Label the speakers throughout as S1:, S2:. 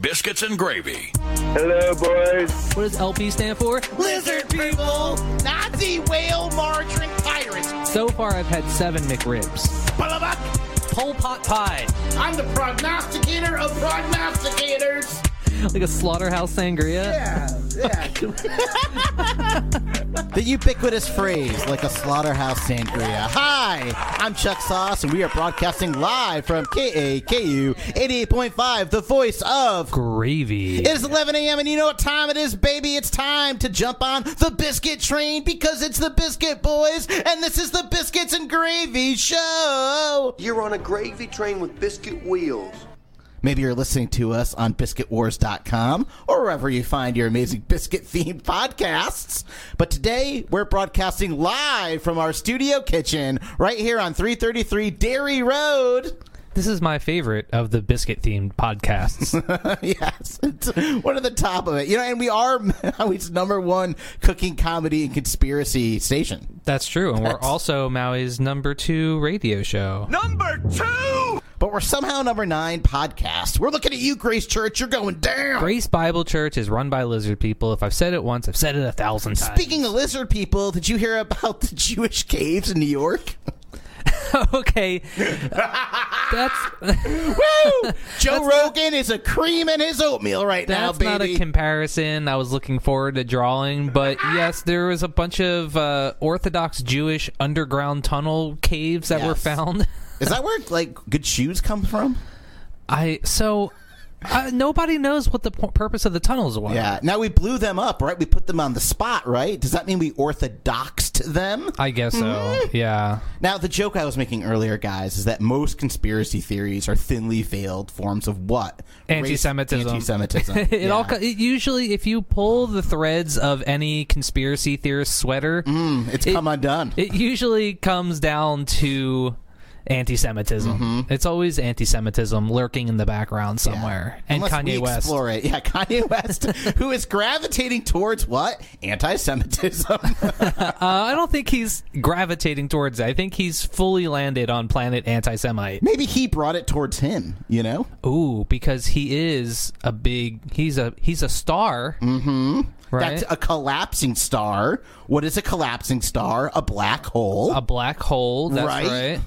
S1: biscuits and gravy.
S2: Hello, boys.
S3: What does LP stand for?
S4: Lizard people, Nazi whale margarine pirates.
S3: So far, I've had seven McRibs.
S4: Bullabuck.
S3: Pole pot pie.
S4: I'm the prognosticator of prognosticators.
S3: Like a slaughterhouse sangria.
S4: Yeah, yeah.
S5: The ubiquitous phrase, like a slaughterhouse sangria. Hi, I'm Chuck Sauce, and we are broadcasting live from KAKU 88.5, the voice of.
S3: Gravy.
S5: It is 11 a.m., and you know what time it is, baby? It's time to jump on the biscuit train because it's the Biscuit Boys, and this is the Biscuits and Gravy Show.
S6: You're on a gravy train with biscuit wheels.
S5: Maybe you're listening to us on biscuitwars.com or wherever you find your amazing biscuit themed podcasts. But today we're broadcasting live from our studio kitchen right here on 333 Dairy Road.
S3: This is my favorite of the biscuit themed podcasts.
S5: yes, it's one of the top of it. You know, and we are Maui's number one cooking comedy and conspiracy station.
S3: That's true. And we're also Maui's number two radio show.
S1: Number two!
S5: But we're somehow number nine podcast. We're looking at you, Grace Church. You're going down.
S3: Grace Bible Church is run by lizard people. If I've said it once, I've said it a thousand times.
S5: Speaking of lizard people, did you hear about the Jewish caves in New York?
S3: okay, that's
S5: Woo! Joe Rogan is a cream in his oatmeal right now,
S3: that's
S5: baby.
S3: not a comparison I was looking forward to drawing. But yes, there was a bunch of uh, Orthodox Jewish underground tunnel caves that were
S5: Yes.
S3: found.
S5: is that where like good shoes come from?
S3: I so uh, nobody knows what the p- purpose of the tunnels was.
S5: Yeah. Now we blew them up, right? We put them on the spot, right? Does that mean we orthodoxed them?
S3: I guess so.
S5: Mm-hmm.
S3: Yeah.
S5: Now the joke I was making earlier, guys, is that most conspiracy theories are thinly veiled forms of what? Race-
S3: Anti-Semitism.
S5: Anti-Semitism.
S3: it
S5: Yeah.
S3: all co- it usually if you pull the threads of any conspiracy theorist sweater,
S5: it's come undone.
S3: it usually comes down to anti-Semitism.
S5: Mm-hmm.
S3: It's always anti-Semitism lurking in the background somewhere. And
S5: Unless
S3: Kanye
S5: we
S3: West.
S5: explore it. Yeah, Kanye West, who is gravitating towards what? Anti-Semitism.
S3: Uh, I don't think he's gravitating towards it. I think he's fully landed on planet anti-Semite.
S5: Maybe he brought it towards him. You know.
S3: Ooh, because he is a big. He's a he's a star. Mm-hmm. Right.
S5: That's a collapsing star. What is a collapsing star? A black hole.
S3: a black hole. That's right.
S5: Right.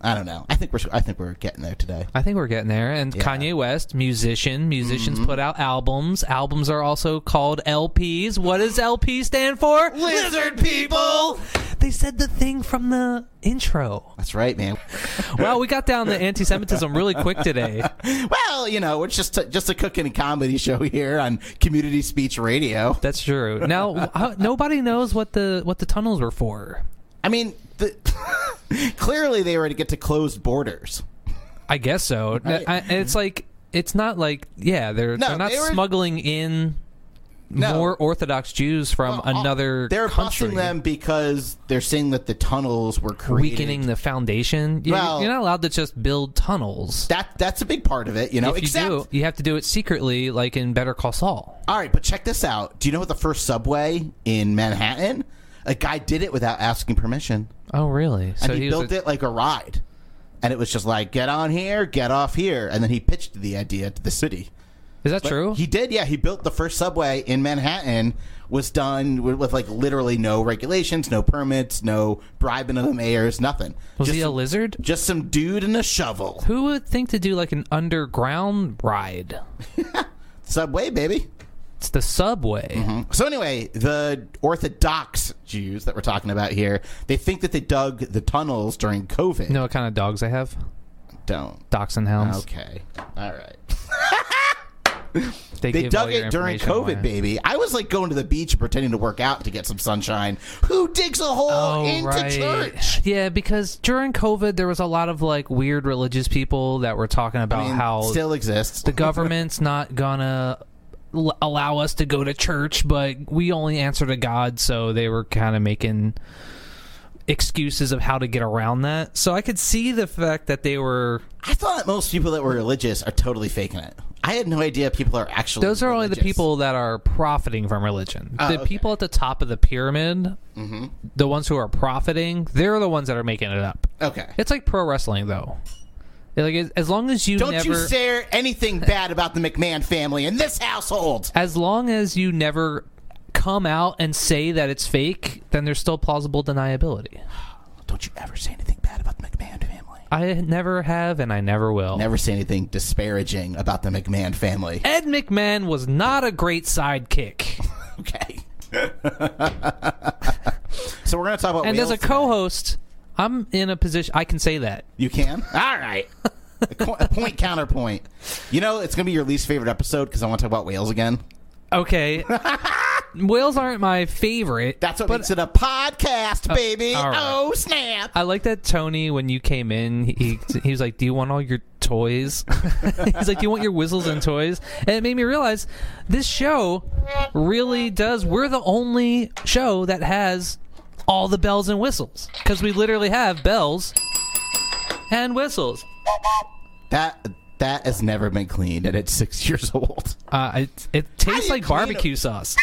S5: I don't know. I think we're I think we're getting there today.
S3: I think we're getting there. And Kanye West, musician. Musicians put out albums. Albums are also called LPs. What does LP stand for?
S5: Lizard people.
S3: They said the thing from the intro.
S5: That's right, man.
S3: Wow, we got down the anti-Semitism really quick today.
S5: Well, you know, it's just just a cooking and comedy show here on Community Speech Radio.
S3: That's true. Now uh, nobody knows what the what the tunnels were for.
S5: I mean, the, clearly they were to get to closed borders.
S3: I guess so.
S5: Right.
S3: I, it's like it's not like yeah they're
S5: Mm-hmm. No,
S3: they're not
S5: they were-
S3: smuggling in
S5: No.
S3: more Orthodox Jews from
S5: Well,
S3: another
S5: They're
S3: country.
S5: busting them because they're saying that the tunnels were created.
S3: weakening the foundation. You,
S5: Well-
S3: you're not allowed to just build tunnels.
S5: That that's a big part of it, you know.
S3: if you
S5: except
S3: do, you have to do it secretly, like in Better Call Saul.
S5: All right, but check this out. Do you know what the first subway in Manhattan? A guy did it without asking permission,
S3: Oh, really?
S5: and
S3: So
S5: he,
S3: he was
S5: built
S3: a-
S5: it like a ride, and it was just like get on here, get off here, and then he pitched the idea to the city.
S3: Is that true?
S5: He did, yeah. He built the first subway in Manhattan. Was done with, with like literally no regulations, no permits, no bribing of the mayors, nothing.
S3: was
S5: just,
S3: he a lizard?
S5: just some dude in a shovel.
S3: Who would think to do like an underground ride?
S5: Subway, baby.
S3: It's the subway.
S5: Mm-hmm. So anyway, the Orthodox Jews that we're talking about here, they think that they dug the tunnels during COVID.
S3: You know what kind of dogs I have?
S5: don't.
S3: Docs and hounds.
S5: Oh, Okay. All right. They
S3: give all
S5: dug
S3: your
S5: it during
S3: information
S5: COVID,
S3: away.
S5: baby. I was like going to the beach and pretending to work out to get some sunshine. Who digs a hole
S3: Oh,
S5: into church?
S3: Yeah, because during COVID, there was a lot of like weird religious people that were talking about
S5: I mean,
S3: how
S5: still exists.
S3: the government's not gonna l- allow us to go to church, but we only answer to God. So they were kind of making excuses of how to get around that. So I could see the fact that they were.
S5: I thought most people that were religious are totally faking it. I had no idea people are actually.
S3: Those are only the
S5: religious.
S3: people that are profiting from religion. the
S5: Ah, okay. Mm-hmm.
S3: people at the top of the pyramid, the ones who are profiting, they're the ones that are making it up.
S5: Okay.
S3: It's like pro wrestling, though. Like as- as long as you
S5: Don't
S3: never
S5: you say anything bad about the McMahon family in this household.
S3: as long as you never come out and say that it's fake, then there's still plausible deniability.
S5: Don't you ever say anything bad about the McMahon family.
S3: I never have and I never will.
S5: Never say anything disparaging about the McMahon family.
S3: Ed McMahon was not a great sidekick.
S5: Okay. so we're going to talk about
S3: And as
S5: whales
S3: a
S5: today.
S3: co-host, I'm in a position I can say that.
S5: You can? All right. A co- a point counterpoint. You know, it's going to be your least favorite episode because I want to talk about whales again.
S3: Okay. Whales aren't my favorite.
S5: That's what
S3: but Uh,
S5: makes it a podcast, baby.
S3: all right.
S5: Oh, snap.
S3: I like that Tony when you came in, he he was like, "Do you want all your toys?" He's like, "Do you want your whistles and toys?" And it made me realize this show really does. We're the only show that has all the bells and whistles because we literally have bells and whistles.
S5: That that has never been cleaned and it's six years old.
S3: Uh, it it tastes
S5: you
S3: like
S5: clean 'em?
S3: barbecue sauce.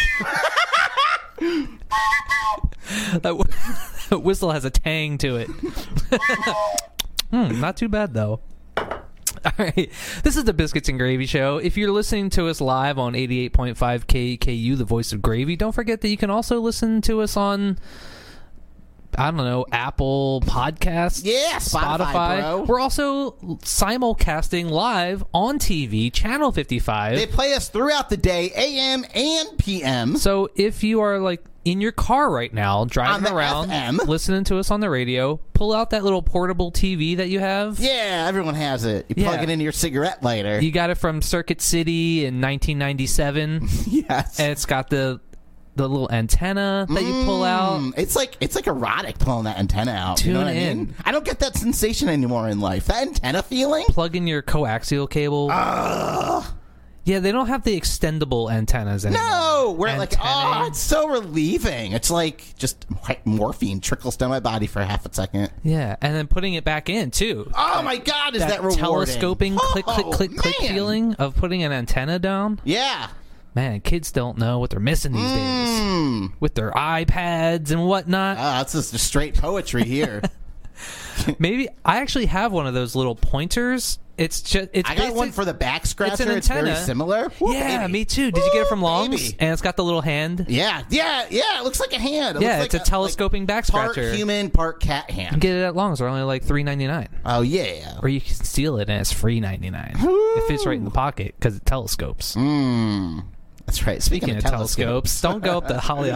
S3: that wh- that whistle has a tang to it. Hmm, not too bad though. All right. This is the Biscuits and Gravy Show. If you're listening to us live on 88.5 KEKU, the voice of gravy, don't forget that you can also listen to us on, I don't know, Apple Podcasts.
S5: Yeah, Spotify, bro.
S3: We're also simulcasting live on TV, Channel 55.
S5: They play us throughout the day, AM and PM.
S3: So if you are like in your car right now,
S5: On
S3: driving
S5: the
S3: around,
S5: FM.
S3: listening to us on the radio, pull out that little portable TV that you have.
S5: yeah, everyone has it. You plug
S3: Yeah.
S5: it into your cigarette lighter.
S3: You got it from Circuit City in 1997,
S5: yes.
S3: and it's got the the little antenna that you pull out.
S5: Mm, It's like it's like erotic pulling that antenna out. you know
S3: Tune
S5: what I mean?
S3: in.
S5: I don't get that sensation anymore in life. That antenna feeling.
S3: Plug in your coaxial cable. Yeah, they don't have the extendable antennas anymore.
S5: No, we're like,
S3: Antennae.
S5: oh, it's so relieving. It's like just white morphine trickles down my body for half a second.
S3: Yeah, and then putting it back in too.
S5: Oh my god, is that,
S3: that
S5: rewarding?
S3: telescoping click click
S5: Oh,
S3: click click
S5: man.
S3: feeling of putting an antenna down.
S5: Yeah,
S3: Man, kids don't know what they're missing these
S5: Mm.
S3: days with their iPads and whatnot.
S5: Ah, this is just straight poetry here.
S3: Maybe I actually have one of those little pointers. It's just it's
S5: I got
S3: basic-
S5: one for the back scratcher.
S3: it's an
S5: very
S3: antenna.
S5: similar. Woo,
S3: yeah,
S5: baby.
S3: me too. Did you get it from
S5: Woo,
S3: Longs?
S5: baby.
S3: And it's got the little hand.
S5: Yeah, yeah, yeah. It looks like a hand. It
S3: Yeah,
S5: looks
S3: it's
S5: like
S3: a telescoping
S5: like,
S3: back scratcher.
S5: Part human, part cat hand.
S3: Get it at Longs. They're only like three ninety nine,
S5: Oh yeah.
S3: or you can steal it and it's free ninety nine. It fits right in the pocket because it telescopes.
S5: That's right. Speaking,
S3: Speaking
S5: of
S3: of telescopes, don't go up the Holly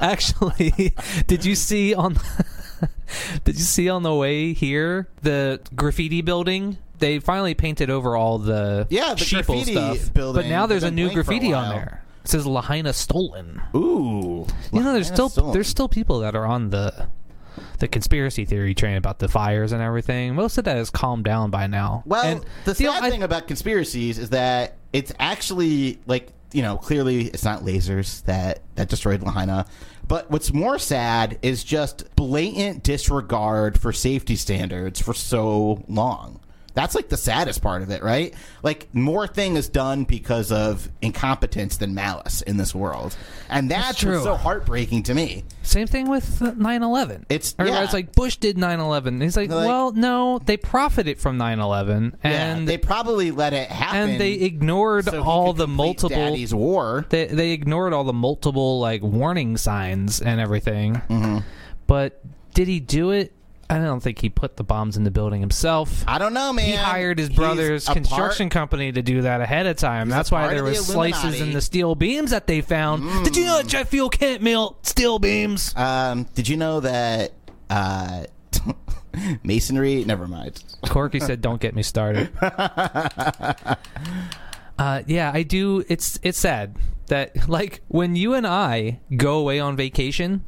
S3: Actually, did you see on Did you see on the way here the graffiti building? They finally painted over all the
S5: Yeah, the
S3: sheeple
S5: graffiti
S3: stuff.
S5: building
S3: But now there's a
S5: has been
S3: new
S5: blank for a
S3: graffiti on
S5: while.
S3: there. It says Lahaina stolen.
S5: ooh,
S3: you know, there's
S5: Lahaina
S3: still
S5: stolen.
S3: there's still people that are on the the conspiracy theory train about the fires and everything. Most of that has calmed down by now.
S5: Well,
S3: And,
S5: the
S3: you
S5: sad
S3: know, I-
S5: thing about conspiracies is that it's actually like you know clearly it's not lasers that that destroyed Lahaina, but what's more sad is just blatant disregard for safety standards for so long. That's like the saddest part of it, right? Like more thing is done because of incompetence than malice in this world, and that's,
S3: true.
S5: what's so heartbreaking to me.
S3: Same thing with 9 11.
S5: It's-
S3: Everybody's
S5: yeah.
S3: like, Bush did 9 11. He's like,
S5: They're like-
S3: well, no, they profited from 9 11
S5: And
S3: and,
S5: they probably let it happen.
S3: and they ignored
S5: so he
S3: all
S5: could
S3: the
S5: complete
S3: multiple.
S5: daddy's war.
S3: They, they ignored all the multiple like warning signs and everything.
S5: Mm-hmm.
S3: But did he do it? I don't think he put the bombs in the building himself.
S5: I don't know, man.
S3: He hired his
S5: He's
S3: brother's
S5: a
S3: construction company to do that ahead of time. That's why
S5: part
S3: there
S5: of
S3: were
S5: the
S3: slices in
S5: Illuminati. Mm.
S3: the steel beams that they found. Did you know that jet fuel can't melt steel beams?
S5: Part, um, did you know that uh, masonry? Never mind.
S3: Corky said, "Don't get me started." uh, yeah, I do. It's it's sad that like when you and I go away on vacation,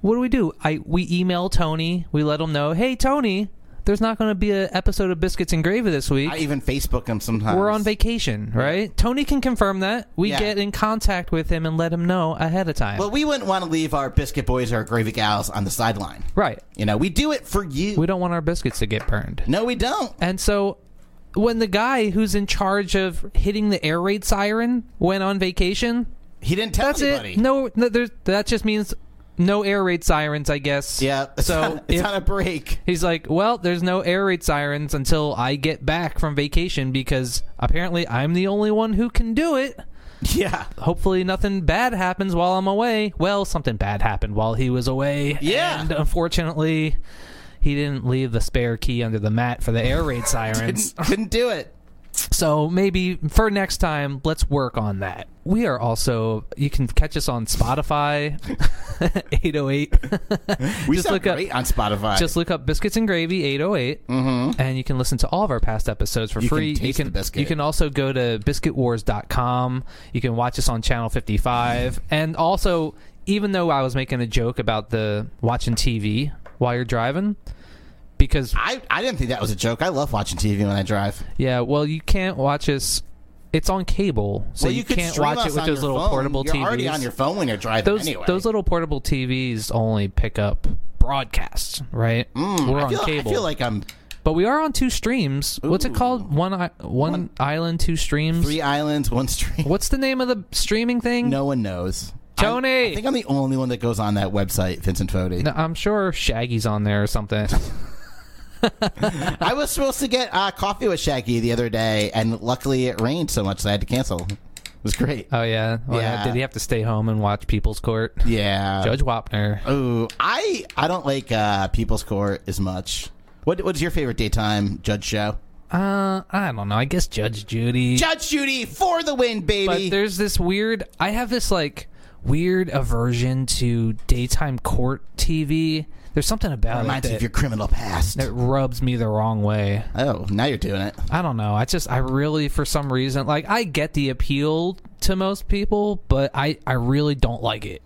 S3: what do we do? I we email Tony. We let him know, "Hey, Tony, there's not going to be an episode of Biscuits and Gravy this week."
S5: I even Facebook him sometimes.
S3: we're on vacation, right? Tony can confirm that. We
S5: Yeah.
S3: get in contact with him and let him know ahead of time.
S5: But we wouldn't want to leave our biscuit boys or our gravy gals on the sideline.
S3: right.
S5: You know, we do it for you.
S3: We don't want our biscuits to get burned.
S5: no, we don't.
S3: And so when the guy who's in charge of hitting the air raid siren went on vacation, eh,
S5: He didn't tell
S3: that's
S5: anybody.
S3: it. No, no there's, that just means no air raid sirens, I guess.
S5: Yeah. It's
S3: So
S5: on- it's
S3: if-
S5: on a break.
S3: He's like, well, there's no air raid sirens until I get back from vacation because apparently I'm the only one who can do it.
S5: Yeah.
S3: Hopefully, nothing bad happens while I'm away. Well, something bad happened while he was away.
S5: Yeah.
S3: And unfortunately, he didn't leave the spare key under the mat for the air raid sirens.
S5: Couldn't, couldn't do it.
S3: So maybe for next time, let's work on that. We are also you can catch us on Spotify, eight oh eight.
S5: We
S3: Just
S5: sound
S3: look up-
S5: great on Spotify.
S3: Just look up biscuits and gravy eight oh eight, and you can listen to all of our past episodes for
S5: Mm-hmm. You can
S3: free. you
S5: taste
S3: can
S5: the biscuit.
S3: you can also go to biscuitwars.com. You can watch us on channel fifty five, and also even though I was making a joke about the watching TV while you're driving, because
S5: I, I didn't think that was a joke. I love watching TV when I drive.
S3: Yeah, well, you can't watch us. It's on cable, so
S5: well,
S3: you,
S5: could
S3: can't
S5: stream
S3: watch
S5: us
S3: it with
S5: on
S3: those
S5: your
S3: little
S5: phone.
S3: portable
S5: You're
S3: TVs.
S5: already on your phone when you're driving
S3: those
S5: anyway.
S3: those little portable TVs only pick up broadcasts, right? We're
S5: Mm, I
S3: on
S5: feel,
S3: cable,
S5: I feel like I'm
S3: but we are on two streams. What's it called? One i- one island, two streams.
S5: three islands, one stream.
S3: What's the name of the streaming thing?
S5: No one knows.
S3: Tony!
S5: I'm- I think I'm the only one that goes on that website, Vincent Fodi.
S3: No, I'm sure Shaggy's on there or something.
S5: I was supposed to get uh, coffee with Shaggy the other day, and luckily it rained so much that I had to cancel. It was great.
S3: Oh yeah, Well,
S5: Yeah.
S3: Did he have to stay home and watch People's Court?
S5: yeah.
S3: Judge Wapner.
S5: Ooh, I I don't like uh, People's Court as much. What What's your favorite daytime judge show?
S3: Uh, I don't know. I guess Judge Judy.
S5: Judge Judy for the win, baby.
S3: But there's this weird. I have this like weird aversion to daytime court TV. There's something about it
S5: Reminds you
S3: that,
S5: of your criminal past.
S3: that rubs me the wrong way.
S5: Oh, now you're doing it.
S3: I don't know. I just I really for some reason like I get the appeal to most people, but I I really don't like it.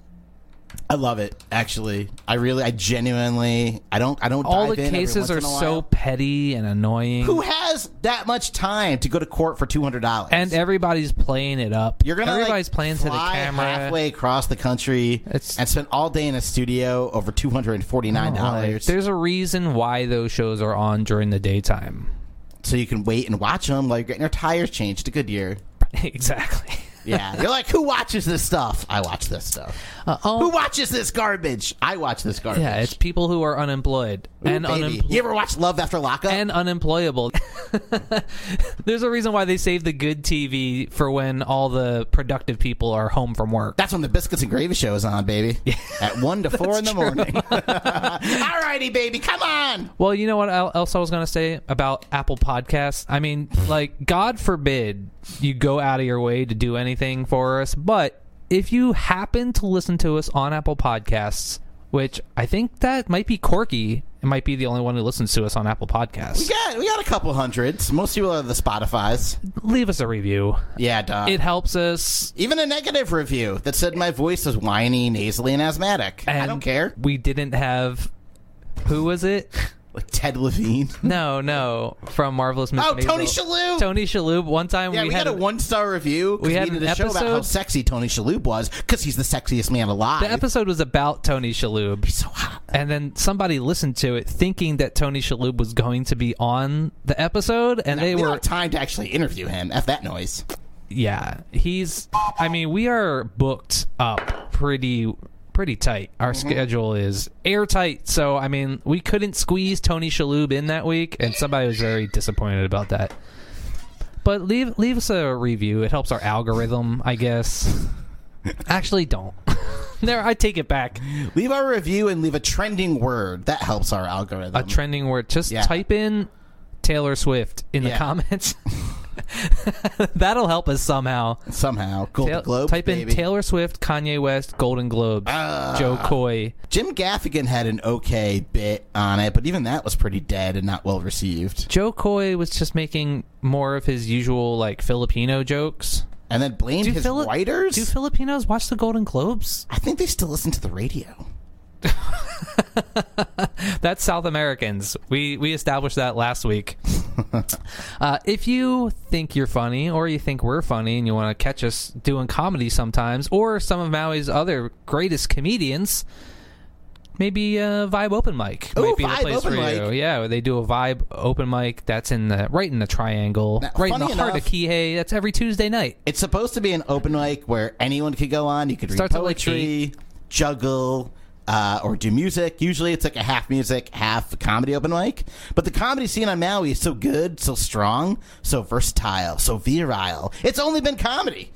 S5: I love it. Actually, I really, I genuinely, I don't, I don't.
S3: All
S5: dive
S3: the
S5: in every once
S3: cases
S5: in
S3: are
S5: a while.
S3: so petty and annoying,
S5: Who has that much time to go to court for two hundred dollars?
S3: and everybody's playing it up.
S5: You're gonna
S3: everybody's
S5: like,
S3: playing to the
S5: fly
S3: camera.
S5: halfway across the country
S3: It's-
S5: and spend all day in a studio over two hundred and forty nine
S3: Oh, Like,
S5: dollars,
S3: there's a reason why those shows are on during the daytime.
S5: so you can wait and watch them while you're getting your tires changed to Goodyear.
S3: exactly.
S5: Yeah, you're like, who watches this stuff? I watch this stuff.
S3: oh.
S5: Who watches this garbage? I watch this garbage.
S3: Yeah, it's people who are unemployed
S5: Ooh,
S3: and
S5: baby.
S3: unempl-
S5: You ever watch Love After Lockup?
S3: and unemployable. There's a reason why they save the good TV for when all the productive people are home from work.
S5: That's when the biscuits and gravy show is on, baby. At one to four in the morning. All righty, baby, come on.
S3: Well, you know what el- else I was going to say about Apple Podcasts? I mean, like, God forbid you go out of your way to do anything for us, but if you happen to listen to us on Apple Podcasts, which I think that might be Corky, it might be the only one who listens to us on Apple Podcasts,
S5: Yeah, we got a couple hundreds. Most people are the Spotify's.
S3: leave us a review.
S5: Yeah, duh.
S3: It helps us
S5: Even a negative review that said my voice is whiny, nasally, and asthmatic. I
S3: and
S5: don't care.
S3: We didn't have who was it?
S5: Like Ted Levine.
S3: No, no, from Marvelous Miss
S5: Oh, Tony
S3: Maisel.
S5: Shalhoub!
S3: Tony Shalhoub. One time
S5: Yeah,
S3: we,
S5: we,
S3: had
S5: got a one star review. 'cause
S3: we had
S5: did
S3: an
S5: a show about how
S3: episode-
S5: sexy Tony Shalhoub was because he's the sexiest man alive.
S3: the episode was about Tony Shalhoub.
S5: so hot.
S3: And then somebody listened to it thinking that Tony Shalhoub was going to be on the episode, and they
S5: we don't
S3: were
S5: have time to actually interview him. F that noise.
S3: yeah. He's, I mean, we are booked up pretty pretty tight. Our
S5: Mm-hmm.
S3: schedule is airtight, so I mean, we couldn't squeeze Tony Shalhoub in that week, and somebody was very disappointed about that. But leave leave us a review. It helps our algorithm, I guess. Actually, don't. there, I take it back.
S5: Leave our review and leave a trending word. That helps our algorithm.
S3: A trending word. Just
S5: Yeah.
S3: type in Taylor Swift in
S5: Yeah.
S3: the comments. That'll help us somehow.
S5: Somehow. Golden
S3: Tail-
S5: Globes,
S3: type
S5: baby. Ah.
S3: in Taylor Swift, Kanye West, Golden Globes, Joe Coy.
S5: Jim Gaffigan had an okay bit on it, but even that was pretty dead and not well received.
S3: Joe Coy was just making more of his usual like Filipino jokes.
S5: And then blamed his
S3: Fili-
S5: writers.
S3: do Filipinos watch the Golden Globes?
S5: I think they still listen to the radio.
S3: That's South Americans. We we established that last week. uh, if you think you're funny, or you think we're funny, and you want to catch us doing comedy sometimes, or some of Maui's other greatest comedians, maybe uh, Vibe Open Mic might
S5: Ooh,
S3: be the
S5: Vibe
S3: place
S5: Open
S3: for you.
S5: Mic.
S3: Yeah, they do a Vibe Open Mic that's in the right in the triangle,
S5: Now,
S3: right in the
S5: funny
S3: heart of
S5: enough-
S3: Kihei. That's every Tuesday night.
S5: It's supposed to be an open mic where anyone could go on. You could read
S3: Starts at, like,
S5: poetry, juggle, uh, or do music. Usually it's like a half music, half comedy open mic. But the comedy scene on Maui is so good, so strong, so versatile, so virile. It's only been comedy.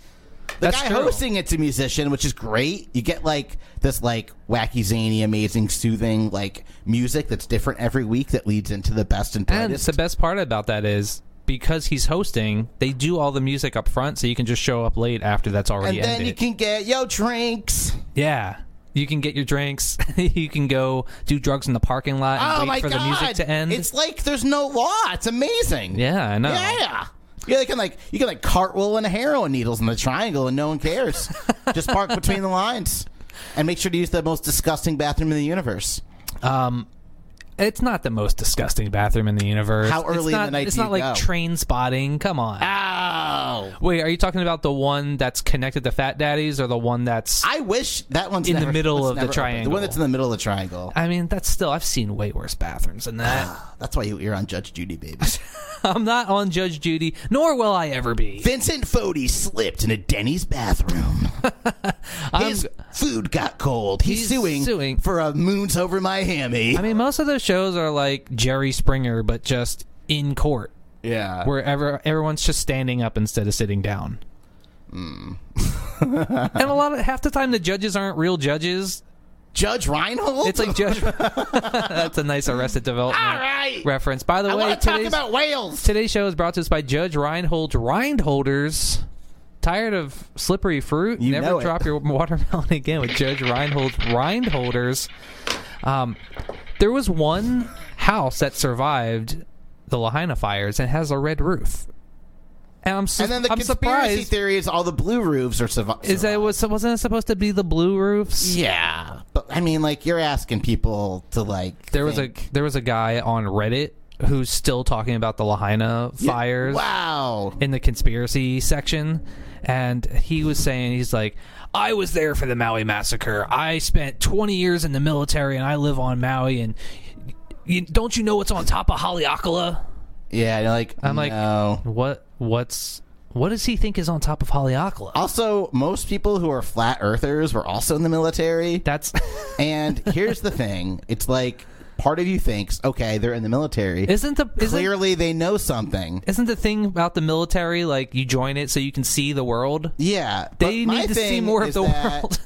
S5: The
S3: That's
S5: guy
S3: true.
S5: hosting it's a musician, which is great. You get like this like wacky, zany, amazing, soothing like music that's different every week that leads into the best and
S3: And
S5: brightest.
S3: the best part about that is because he's hosting, they do all the music up front, so you can just show up late after that's
S5: and
S3: already
S5: then
S3: ended.
S5: you can get yo drinks.
S3: yeah, you can get your drinks. you can go do drugs in the parking lot and
S5: Oh
S3: wait
S5: my
S3: for
S5: god!
S3: the music to end.
S5: It's like there's no law. It's amazing.
S3: yeah, I know.
S5: Yeah. Yeah, they can like you can like cartwheel and heroin needles in the triangle and no one cares. Just park between the lines. And make sure to use the most disgusting bathroom in the universe.
S3: It's not the most disgusting bathroom in the universe.
S5: How
S3: It's
S5: early in
S3: not-
S5: the night
S3: It's
S5: do
S3: not
S5: you
S3: like
S5: go?
S3: train spotting. Come on.
S5: Oh.
S3: Wait, are you talking about the one that's connected to Fat Daddies or the one that's? I,
S5: I wish that one's
S3: In the
S5: never-
S3: middle
S5: that's
S3: of the
S5: never open. The
S3: triangle.
S5: one that's in the middle of the triangle.
S3: mean, that's still. I've seen way worse bathrooms than that.
S5: That's why you- you're on Judge Judy, baby.
S3: I'm not on Judge Judy, nor will I ever be.
S5: Vincent Fodi slipped in a Denny's bathroom. His food got cold. He's,
S3: He's
S5: suing,
S3: suing.
S5: for a moons over my hammy.
S3: I mean, most of those shows are like Jerry Springer, but just in court,
S5: yeah.
S3: where ever, everyone's just standing up instead of sitting down.
S5: Hmm.
S3: and a lot of half the time the judges aren't real judges.
S5: Judge Reinhold?
S3: It's like judge. That's a nice Arrested Development
S5: All right.
S3: reference. By the
S5: I
S3: way,
S5: want to talk
S3: today's-
S5: about whales.
S3: Today's show is brought to us by Judge Reinhold Reinholders. Tired of slippery fruit?
S5: You
S3: Never
S5: know it.
S3: drop your watermelon again with Judge Reinhold Reinholders. Um, there was one house that survived the Lahaina fires and has a red roof. And I'm, su-
S5: And then the
S3: I'm
S5: conspiracy
S3: surprised.
S5: theory is all the blue roofs are surviving.
S3: is that it was wasn't it supposed to be the blue roofs?
S5: yeah, but I mean, like you're asking people to like.
S3: There was a
S5: think-
S3: there was a guy on Reddit who's still talking about the Lahaina fires.
S5: Wow.
S3: in the conspiracy section and he was saying he's like I was there for the Maui massacre. I spent 20 years in the military and I live on Maui and you, don't you know what's on top of Haleakala?
S5: Yeah, and, like
S3: I'm like
S5: no.
S3: what what's what does he think is on top of Haleakala?
S5: Also, most people who are flat earthers were also in the military.
S3: That's
S5: and here's the thing: it's like part of you thinks, okay, they're in the military.
S3: isn't the isn't,
S5: Clearly, they know something.
S3: isn't the thing about the military like you join it so you can see the world?
S5: Yeah, but
S3: They
S5: my
S3: need to see
S5: thing
S3: more of
S5: is
S3: the
S5: that
S3: world.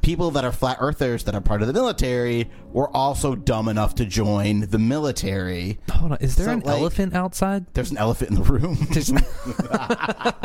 S5: People that are flat earthers that are part of the military were also dumb enough to join the military.
S3: Hold on, is there
S5: So,
S3: an
S5: like-
S3: elephant outside?
S5: There's an elephant in the room.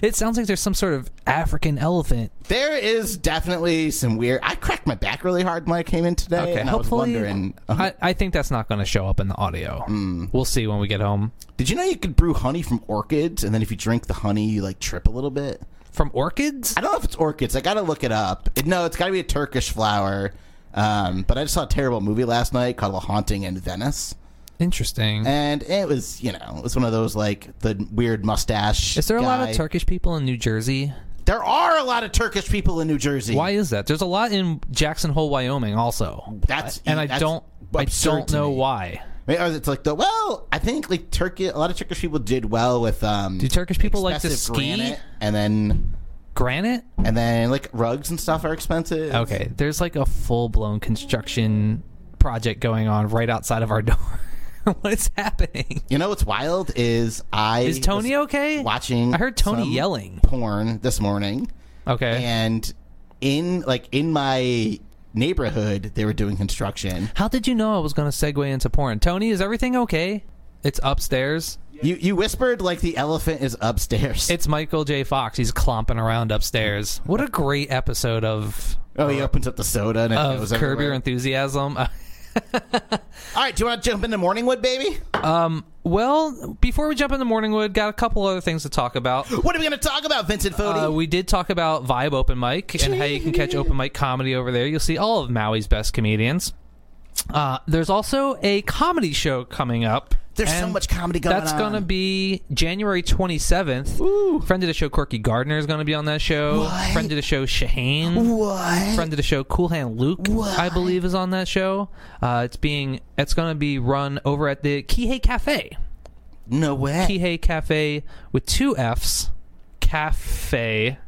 S3: It sounds like there's some sort of African elephant
S5: There is definitely some weird. I cracked my back really hard when I came in today.
S3: Okay,
S5: and I was
S3: hopefully,
S5: wondering. uh,
S3: I, I think that's not going to show up in the audio.
S5: Hmm.
S3: We'll see when we get home
S5: Did you know you could brew honey from orchids, and then if you drink the honey, you like trip a little bit?
S3: from orchids.
S5: I don't know if it's orchids. I gotta look it up. It, no, it's gotta be a Turkish flower. Um, but I just saw a terrible movie last night called A Haunting in Venice,
S3: Interesting.
S5: and it was you know it was one of those like the weird mustache.
S3: Is there a lot
S5: guy.
S3: of Turkish people in New Jersey?
S5: There are a lot of Turkish people in New Jersey.
S3: Why is that? There's a lot in Jackson Hole, Wyoming, also.
S5: That's e-
S3: and I
S5: that's
S3: don't, I
S5: absurd
S3: don't
S5: to
S3: know
S5: me.
S3: why.
S5: I mean, It's like the well, I think like Turkey. A lot of Turkish people did well with um.
S3: Do Turkish people like to
S5: expensive
S3: ski?
S5: granite, and then
S3: Granite?
S5: and then like rugs and stuff are expensive.
S3: Okay, there's like a full blown construction project going on right outside of our door. what is happening?
S5: You know what's wild is I
S3: Is Tony
S5: was
S3: okay?
S5: Watching
S3: I heard Tony
S5: some
S3: yelling.
S5: porn this morning,
S3: Okay.
S5: and in like in my neighborhood they were doing construction.
S3: How did you know I was going to segue into porn? Tony, is everything okay? It's upstairs.
S5: You you whispered like the elephant is upstairs.
S3: It's Michael J. Fox. He's clomping around upstairs. What a great episode of
S5: oh, he opens up the soda and it
S3: Uh, of
S5: goes
S3: Curb Your
S5: everywhere.
S3: Enthusiasm. Uh,
S5: All right, do you want to jump into Morningwood, baby?
S3: well, before we jump into Morningwood, got a couple other things to talk about.
S5: What are we going to talk about, Vincent Fodi?
S3: Uh, we did talk about Vibe Open Mic and how you can catch open mic comedy over there. You'll see all of Maui's best comedians. Uh, there's also a comedy show coming up.
S5: There's so
S3: and
S5: much comedy going
S3: That's
S5: on.
S3: going to be January 27th. Friend of the show, Corky Gardner, is going to be on that show.
S5: What?
S3: Friend of the show, Shahane.
S5: what?
S3: friend of the show, Cool Hand Luke,
S5: What?
S3: I believe, is on that show. Uh, it's being it's going to be run over at the Kihei Cafe.
S5: no way.
S3: Kihei Cafe with two F's, Cafe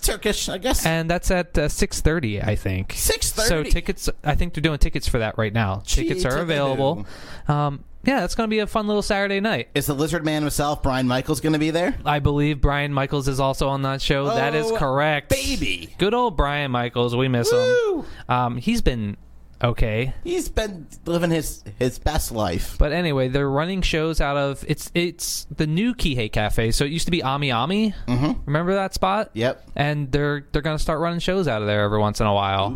S5: Turkish, I guess.
S3: and that's at uh, 6.30 i think
S5: 6:30?
S3: so tickets i think they're doing tickets for that right now tickets are
S5: Gee,
S3: available um, yeah that's going to be a fun little saturday night
S5: Is the lizard man himself, Brian Michaels, going to be there?
S3: i believe brian michaels is also on that show that is
S5: Oh,
S3: correct
S5: baby.
S3: good old brian michaels we miss
S5: Woo!
S3: him um, he's been okay
S5: He's been living his his best life.
S3: But anyway, they're running shows out of it's it's the new Kihei Cafe. So it used to be Ami Ami. Mm-hmm. Remember that spot?
S5: Yep.
S3: And they're they're gonna start running shows out of there every once in a while.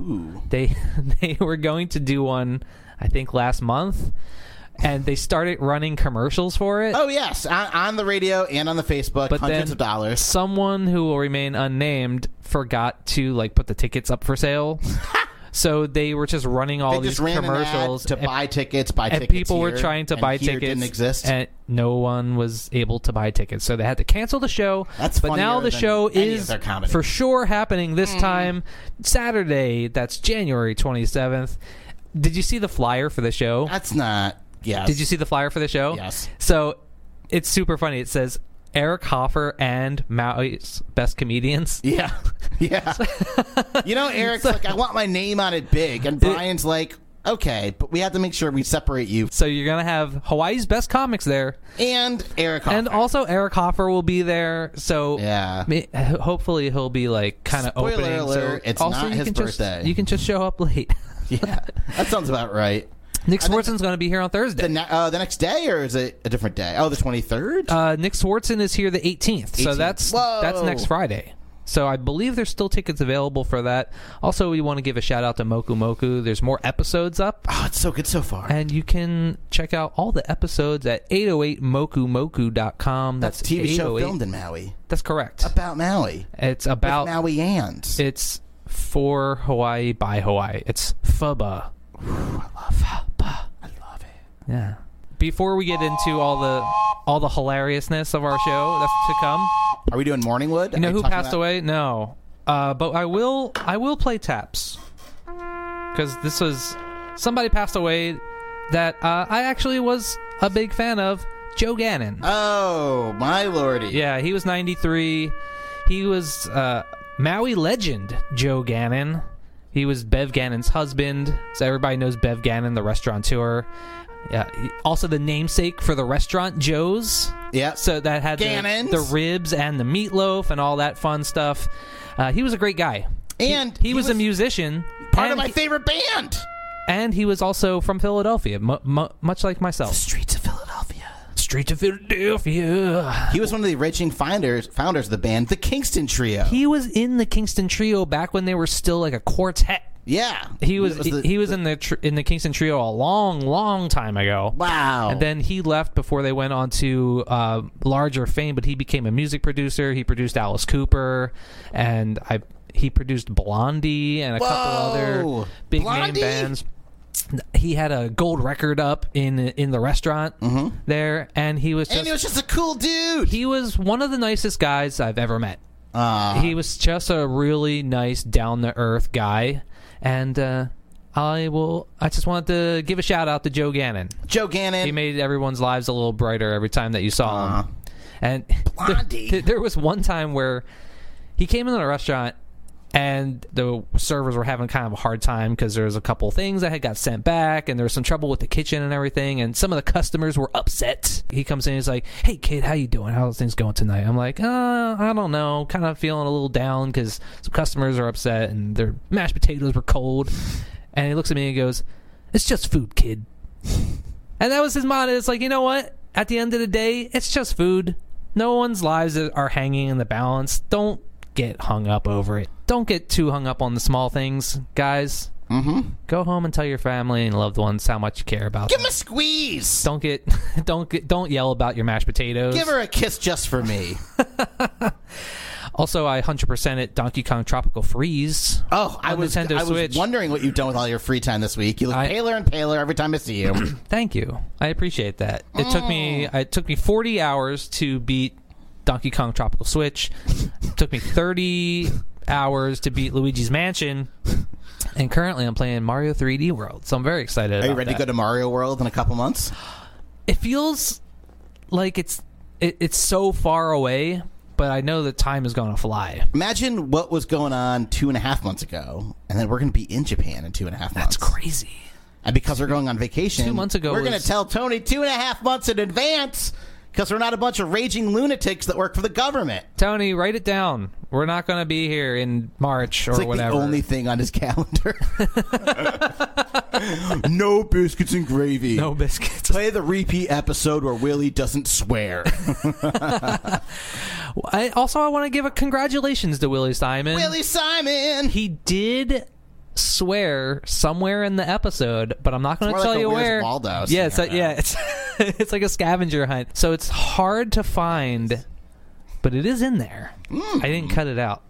S3: They they were going to do one, I think last month, and they started running commercials for it.
S5: Oh yes, on, on the radio and on the Facebook,
S3: But
S5: hundreds
S3: then
S5: of dollars.
S3: Someone who will remain unnamed forgot to like put the tickets up for sale. so they were just running all
S5: They
S3: these
S5: just ran
S3: commercials
S5: commercials to
S3: and-
S5: buy tickets, buy
S3: and
S5: tickets.
S3: people were
S5: here,
S3: trying to
S5: and
S3: buy
S5: here
S3: tickets
S5: Didn't exist.
S3: and no one was able to buy tickets so they had to cancel the show
S5: That's
S3: but now
S5: funnier
S3: the
S5: than
S3: show
S5: any of
S3: is
S5: their comedy.
S3: for sure happening this time saturday that's january 27th did you see the flyer for the show
S5: That's not. Yes.
S3: did you see the flyer for the show
S5: Yes.
S3: so it's super funny it says eric hoffer and maui's best comedians
S5: Yeah. Yeah. you know, Eric's like, I want my name on it big, and Brian's like, okay, but we have to make sure we separate you
S3: so you're gonna have hawaii's best comics there
S5: and Eric.
S3: and
S5: Hoffer.
S3: also Eric Hoffer will be there. So
S5: Yeah.
S3: ma- ho- hopefully he'll be like kind of
S5: Spoiler
S3: opening.
S5: alert,
S3: so
S5: it's
S3: also
S5: not
S3: you
S5: his
S3: can just-
S5: birthday.
S3: you can just show up late.
S5: yeah, that sounds about right.
S3: Nick Swartzen's going to be here on
S5: The,
S3: Thursday.
S5: ne- uh, the next day, or is it a different day? Oh, the twenty third.
S3: uh, Nick Swartzen is here the 18th, so
S5: 18th.
S3: that's
S5: Whoa.
S3: that's next Friday. So I believe there's still tickets available for that. Also, we want to give a shout out to Moku Moku. There's more episodes up,
S5: oh, it's so good so far.
S3: and you can check out all the episodes at 808mokumoku.com. That's,
S5: It's a TV show
S3: 808.
S5: filmed in Maui
S3: That's correct.
S5: about Maui.
S3: It's
S5: With
S3: about
S5: Maui and
S3: It's for Hawaii by Hawaii. It's FUBA. Yeah. Before we get into all the all the hilariousness of our show that's to come,
S5: Are we doing Morningwood?
S3: you know who passed away? No, uh, but I will I will play taps because this was somebody passed away that uh, I actually was a big fan of Joe Gannon.
S5: Oh my lordy!
S3: Yeah, he was 93. He was uh, Maui legend Joe Gannon. He was Bev Gannon's husband, so everybody knows Bev Gannon, the restaurateur. Yeah, he, also the namesake for the restaurant Joe's.
S5: Yep.
S3: So that had the,
S5: Gannon's.
S3: the ribs and the meatloaf and all that fun stuff. Uh, he was a great guy. He-
S5: And
S3: he,
S5: he
S3: was, a
S5: was
S3: musician.
S5: part of
S3: and
S5: my
S3: he-
S5: favorite band.
S3: and he was also from Philadelphia, mu mu much like myself.
S5: Streets of Philadelphia.
S3: Streets of Philadelphia.
S5: He was one of the raging founders founders of the band, the Kingston Trio.
S3: He was in the Kingston Trio back when they were still like a quartet.
S5: yeah,
S3: He was,
S5: That the-
S3: he, was in the tr- in the Kingston Trio a long, long time ago.
S5: Wow.
S3: And then he left before they went on to uh, larger fame. But he became a music producer. He produced Alice Cooper, and I he produced Blondie and a couple
S5: Whoa.
S3: other big
S5: Blondie?
S3: name bands. He had a gold record up in in the restaurant there, and he was just
S5: Mm-hmm. and he was just a cool dude.
S3: he was one of the nicest guys I've ever met. he was just a really nice, down to earth guy, and uh, I will. I just wanted to give a shout out to Joe Gannon.
S5: Joe Gannon.
S3: He made everyone's lives a little brighter every time that you saw him. And there-
S5: Blondie.
S3: there, was one time where he came into a restaurant and the servers were having kind of a hard time because there was a couple things that had got sent back and there was some trouble with the kitchen and everything and some of the customers were upset he comes in he's like hey kid how you doing how's things going tonight i'm like uh, i don't know kind of feeling a little down because some customers are upset and their mashed potatoes were cold and he looks at me and goes it's just food kid and that was his motto. It's like, you know what? At the end of the day, it's just food. No one's lives are hanging in the balance. Don't get hung up over it. Don't get too hung up on the small things, guys. Mm-hmm. Go home and tell your family and loved ones how much you care about
S5: Give him
S3: them.
S5: a squeeze.
S3: Don't get, don't get, don't yell about your mashed potatoes.
S5: Give her a kiss just for me.
S3: also, I hundred percent at Donkey Kong Tropical Freeze.
S5: Oh, I
S3: on
S5: was
S3: Nintendo
S5: I
S3: Switch.
S5: was wondering what you've done with all your free time this week. You look
S3: I-
S5: paler and paler every time I see you.
S3: Thank you. I appreciate that. It took me it took me 40 hours to beat Donkey Kong Tropical Switch. it took me 30 hours to beat Luigi's Mansion. And currently I'm playing Mario 3D World. So I'm very excited
S5: Are you ready to go to Mario World in a couple months?
S3: It feels like it's it, it's so far away, but but I know that time is going to fly.
S5: Imagine what was going on two and a half months ago, and then we're going to be in Japan in two and a half
S3: That's
S5: months.
S3: crazy.
S5: And because we're going on vacation,
S3: Two months ago
S5: we're going
S3: was-
S5: to tell Tony two and a half months in advance because we're not a bunch of raging lunatics that work for the government.
S3: Tony, write it down. We're not going to be here in March or
S5: It's like
S3: whatever.
S5: the only thing on his calendar. no biscuits and gravy.
S3: no biscuits.
S5: Play the repeat episode where Willie doesn't swear.
S3: I, also, I want to give a congratulations to Willie Simon.
S5: Willie Simon.
S3: he did swear somewhere in the episode, but I'm not going to
S5: more
S3: tell
S5: like a
S3: you
S5: Where's
S3: where.
S5: Waldo
S3: yeah, it's like,
S5: scenario.
S3: yeah, it's it's like a scavenger hunt. So it's hard to find, but it is in there.
S5: Mm.
S3: I didn't cut it out,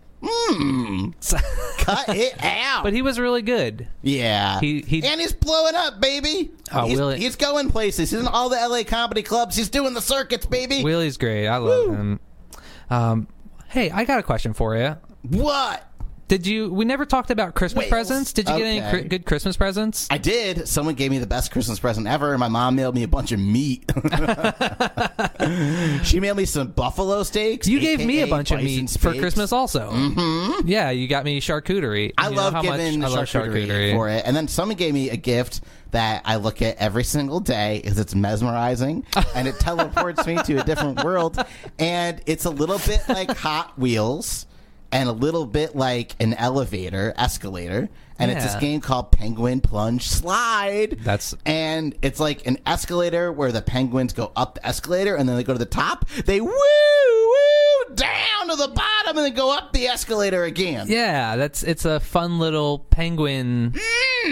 S5: Cut it out.
S3: but he was really good.
S5: yeah.
S3: He- he-
S5: and he's blowing up, baby.
S3: Oh,
S5: he's,
S3: Willie-
S5: he's going places. He's in all the LA comedy clubs. He's doing the circuits, baby.
S3: Willie's great. I love him. Um, hey, I got a question for you.
S5: what?
S3: Did you? We never talked about Christmas
S5: Wales.
S3: presents. Did you get any
S5: Okay.
S3: cri- good Christmas presents?
S5: I did. Someone gave me the best Christmas present ever, and my mom mailed me a bunch of meat. she mailed me some buffalo steaks.
S3: You gave me a
S5: AKA
S3: bunch of
S5: bison
S3: meat for
S5: steaks.
S3: Christmas, also. Mm-hmm. Yeah, you got me charcuterie.
S5: I
S3: You know
S5: love
S3: how much
S5: giving
S3: I love
S5: charcuterie,
S3: charcuterie.
S5: for it. And then someone gave me a gift that I look at every single day because it's mesmerizing and it teleports me to a different world. And it's a little bit like Hot Wheels and a little bit like an elevator, escalator. And it's this
S3: Yeah.
S5: game called Penguin Plunge Slide.
S3: That's-
S5: and it's like an escalator where the penguins go up the escalator and then they go to the top. They woo woo down to the bottom and then go up the escalator again.
S3: Yeah, that's it's a fun little penguin.
S5: Mm.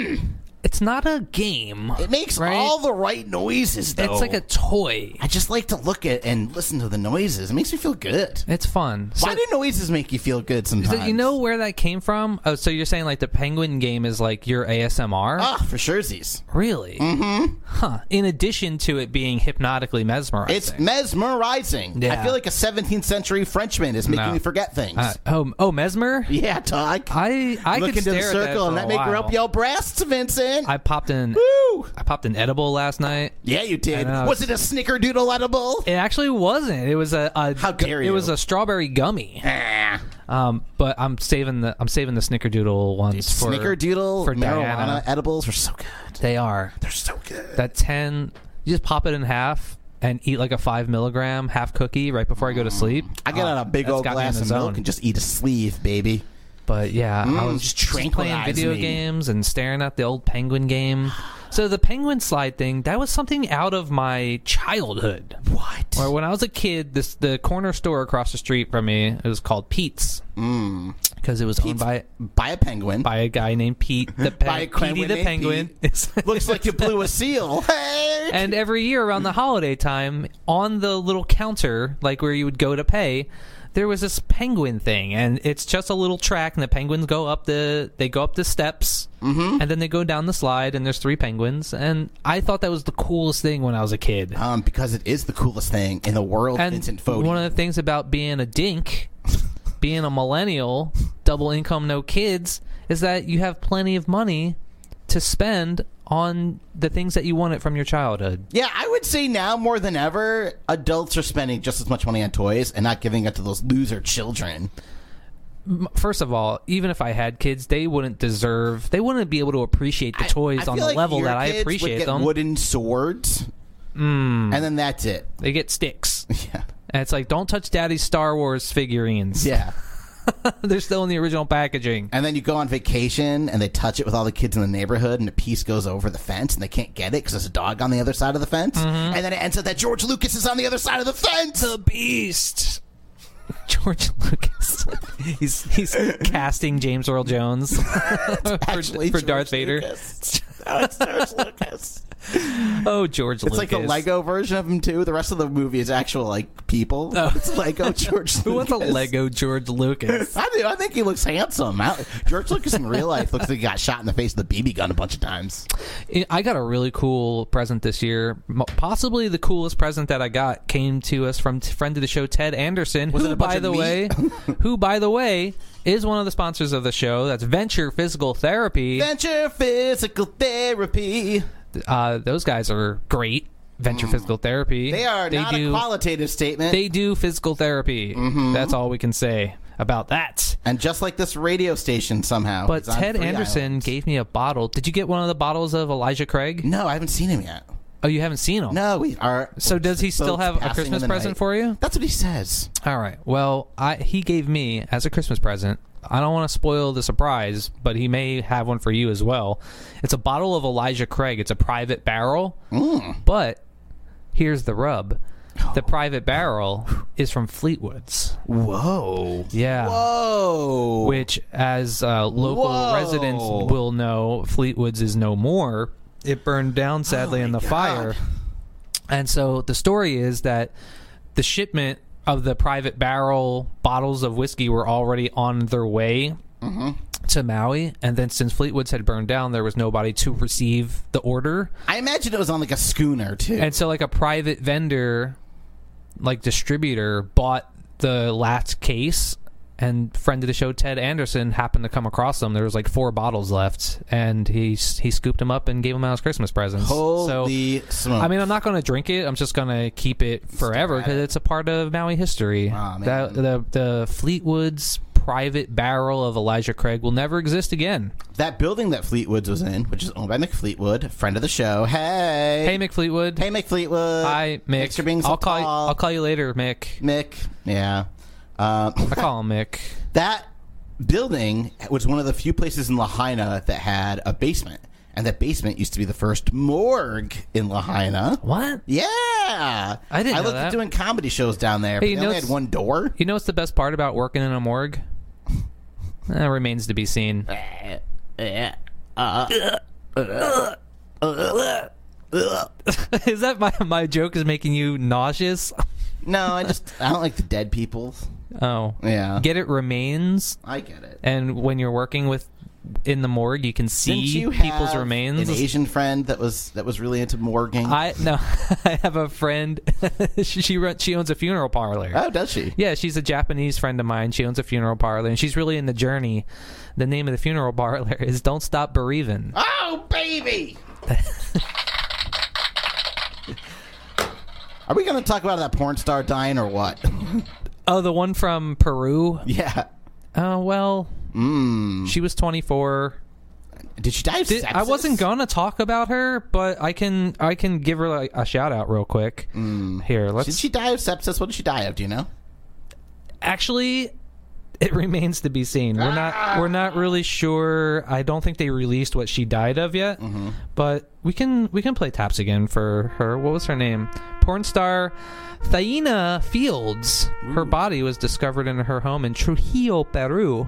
S3: It's not a game.
S5: It makes
S3: right?
S5: all the right noises, though.
S3: It's like a toy.
S5: I just like to look at and listen to the noises. It makes me feel good.
S3: It's fun. So,
S5: Why do noises make you feel good
S3: so
S5: sometimes?
S3: you know where that came from? Oh, so you're saying like the penguin game is like your ASMR?
S5: Ah, for surezies.
S3: really? Mm-hmm. Huh. In addition to it being hypnotically mesmerizing.
S5: It's mesmerizing.
S3: Yeah.
S5: I feel like a 17th century Frenchman is making
S3: No.
S5: me forget things.
S3: Uh, oh, oh, mesmer.
S5: yeah, Doc.
S3: I I
S5: Look
S3: could
S5: into the
S3: stare at that
S5: circle
S3: for
S5: and
S3: a
S5: that make her
S3: while.
S5: up your breasts, Vincent.
S3: I popped in.
S5: Woo!
S3: I popped an edible last night.
S5: Yeah, you did.
S3: know.
S5: Was it a snickerdoodle edible?
S3: It actually wasn't. It was a, a
S5: How dare
S3: It
S5: you.
S3: was a strawberry gummy.
S5: Ah,
S3: Um, but I'm saving the I'm saving the snickerdoodle ones for
S5: snickerdoodle
S3: for
S5: marijuana
S3: Diana.
S5: edibles are so good.
S3: They are
S5: They're so good.
S3: that ten. You just pop it in half and eat like a five milligram half cookie right before I go to sleep.
S5: I get
S3: Oh,
S5: on a big
S3: that's
S5: old
S3: got me in
S5: glass
S3: the
S5: of
S3: zone.
S5: milk and just eat a sleeve, baby.
S3: But yeah, I
S5: Mm,
S3: was
S5: just
S3: playing
S5: tranquilize
S3: video
S5: me.
S3: games and staring at the old penguin game. So the penguin slide thing that was something out of my childhood.
S5: What?
S3: Or when I was a kid, this the corner store across the street from me. It was called Pete's
S5: Mm.
S3: because it was owned by
S5: by a penguin.
S3: by a guy named Pete the pe-
S5: By a
S3: Petey
S5: penguin
S3: the
S5: named
S3: Penguin.
S5: Looks like you blew a seal. Hey!
S3: and every year around the holiday time, on the little counter, like where you would go to pay, there was this penguin thing, and it's just a little track, and the penguins go up the they go up the steps,
S5: Mm-hmm.
S3: and then they go down the slide, and there's three penguins, and I thought that was the coolest thing when I was a kid.
S5: um, because it is the coolest thing in the world,
S3: and
S5: Vincent Fodi.
S3: one of the things about being a dink, being a millennial, double income, no kids, is that you have plenty of money to spend on the things that you wanted from your childhood.
S5: yeah, I would say now more than ever, adults are spending just as much money on toys and not giving it to those loser children.
S3: First of all, even if I had kids, they wouldn't deserve, they wouldn't be able to appreciate the toys
S5: I
S3: on the
S5: feel like
S3: level
S5: your
S3: that I
S5: kids would
S3: appreciate
S5: get
S3: them. Hmm.
S5: Wooden swords, and then that's it.
S3: They get sticks.
S5: Yeah,
S3: And it's like, don't touch daddy's Star Wars figurines.
S5: yeah.
S3: They're still in the original packaging.
S5: And then you go on vacation and they touch it with all the kids in the neighborhood, and a piece goes over the fence, and they can't get it because there's a dog on the other side of the fence. And then it ends up that George Lucas is on the other side of the fence.
S3: Mm-hmm. The Beast. George Lucas. he's he's casting James Earl Jones for,
S5: Actually,
S3: for
S5: George
S3: Darth Vader.
S5: Lucas. No, it's George Lucas.
S3: Oh, George
S5: It's
S3: Lucas.
S5: like a Lego version of him too. The rest of the movie is actual like people. It's Lego George Lucas.
S3: Oh. Who wants a Lego George Lucas?
S5: I do. I think he looks handsome. I- George Lucas in real life looks like he got shot in the face with a BB gun a bunch of times.
S3: I got a really cool present this year. Mo- Possibly the coolest present that I got came to us from t- friend of the show Ted Anderson,
S5: Was
S3: who
S5: it a bunch
S3: by
S5: of
S3: the
S5: meat?
S3: way, who by the way is one of the sponsors of the show. That's Venture Physical Therapy.
S5: Venture physical therapy.
S3: Uh, those guys are great. Venture Physical Therapy.
S5: Mm. They are not a Mm-hmm. qualitative statement.
S3: They do physical therapy. That's all we can say about that.
S5: and just like this radio station somehow.
S3: But
S5: it's on
S3: Ted
S5: Free
S3: Anderson
S5: Island.
S3: gave me a bottle. Did you get one of the bottles of Elijah Craig?
S5: No, I haven't seen him yet.
S3: Oh, you haven't seen him.
S5: No, we are.
S3: So does he still
S5: boats
S3: have a
S5: passing
S3: Christmas
S5: in the
S3: present
S5: night.
S3: for you?
S5: That's what he says.
S3: All right. Well, I he gave me as a Christmas present. I don't want to spoil the surprise, but he may have one for you as well. It's a bottle of Elijah Craig. It's a private barrel. But here's the rub. The private barrel is from Fleetwood's.
S5: Whoa.
S3: Yeah.
S5: Whoa.
S3: Which, as uh, local
S5: Whoa.
S3: residents will know, Fleetwood's is no more. It burned down, sadly,
S5: Oh
S3: in
S5: my
S3: the fire.
S5: God.
S3: And so the story is that the shipment of the private barrel bottles of whiskey were already on their way
S5: Mm-hmm.
S3: to Maui. And then, since Fleetwood's had burned down, there was nobody to receive the order.
S5: I imagine it was on like a schooner too.
S3: And so, like, a private vendor, like, distributor bought the last case. And friend of the show, Ted Anderson, happened to come across them. There was like four bottles left, and he he scooped them up and gave them out as Christmas presents. so,
S5: Holy smoke!
S3: I mean, I'm not going to drink it. I'm just going to keep it forever because it's a part of Maui history.
S5: Aw, man.
S3: That- the, the Fleetwood's private barrel of Elijah Craig will never exist again.
S5: that building that Fleetwood's was in, which is owned by Mick Fleetwood, a friend of the show. Hey,
S3: Hey, Mick Fleetwood.
S5: hey, Mick Fleetwood.
S3: Hi, Mick.
S5: Thanks for being so
S3: I'll call. You,
S5: tall.
S3: I'll call you later, Mick.
S5: Mick. Yeah, uh,
S3: I call him Mick.
S5: that building was one of the few places in Lahaina that had a basement, and that basement used to be the first morgue in Lahaina.
S3: What?
S5: Yeah,
S3: I didn't
S5: I
S3: know
S5: looked
S3: that.
S5: at doing comedy shows down there. but
S3: you
S5: they only
S3: know
S5: had
S3: it's-
S5: one door.
S3: You know what's the best part about working in a morgue? That remains to be seen. is that my my joke is making you nauseous?
S5: No, I just I don't like the dead people.
S3: Oh,
S5: Yeah,
S3: get it remains
S5: I get it.
S3: and when you're working with in the morgue, you can
S5: Didn't
S3: see
S5: you
S3: people's
S5: have
S3: remains.
S5: An Asian friend that was that was really into morguing.
S3: I no, I have a friend. she she, run, she owns a funeral parlor.
S5: oh, does she?
S3: Yeah, she's a Japanese friend of mine. She owns a funeral parlor, and she's really in the journey. The name of the funeral parlor is "Don't Stop Bereaving."
S5: Oh, baby. Are we going to talk about that porn star dying or what?
S3: Oh, the one from Peru.
S5: yeah.
S3: Oh well, she was 24.
S5: Did she die of
S3: Did- I
S5: sepsis?
S3: wasn't gonna talk about her, but I can I can give her like, a shout out real quick. Here, let's
S5: Did she die of sepsis? What did she die of? Do you know?
S3: actually it remains to be seen we're not we're not really sure i don't think they released what she died of yet but we can we can play taps again for her what was her name porn star thaina fields her body was discovered in her home in trujillo peru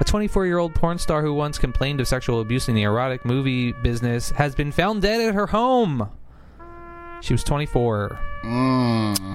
S3: a 24 year old porn star who once complained of sexual abuse in the erotic movie business has been found dead at her home. She was 24.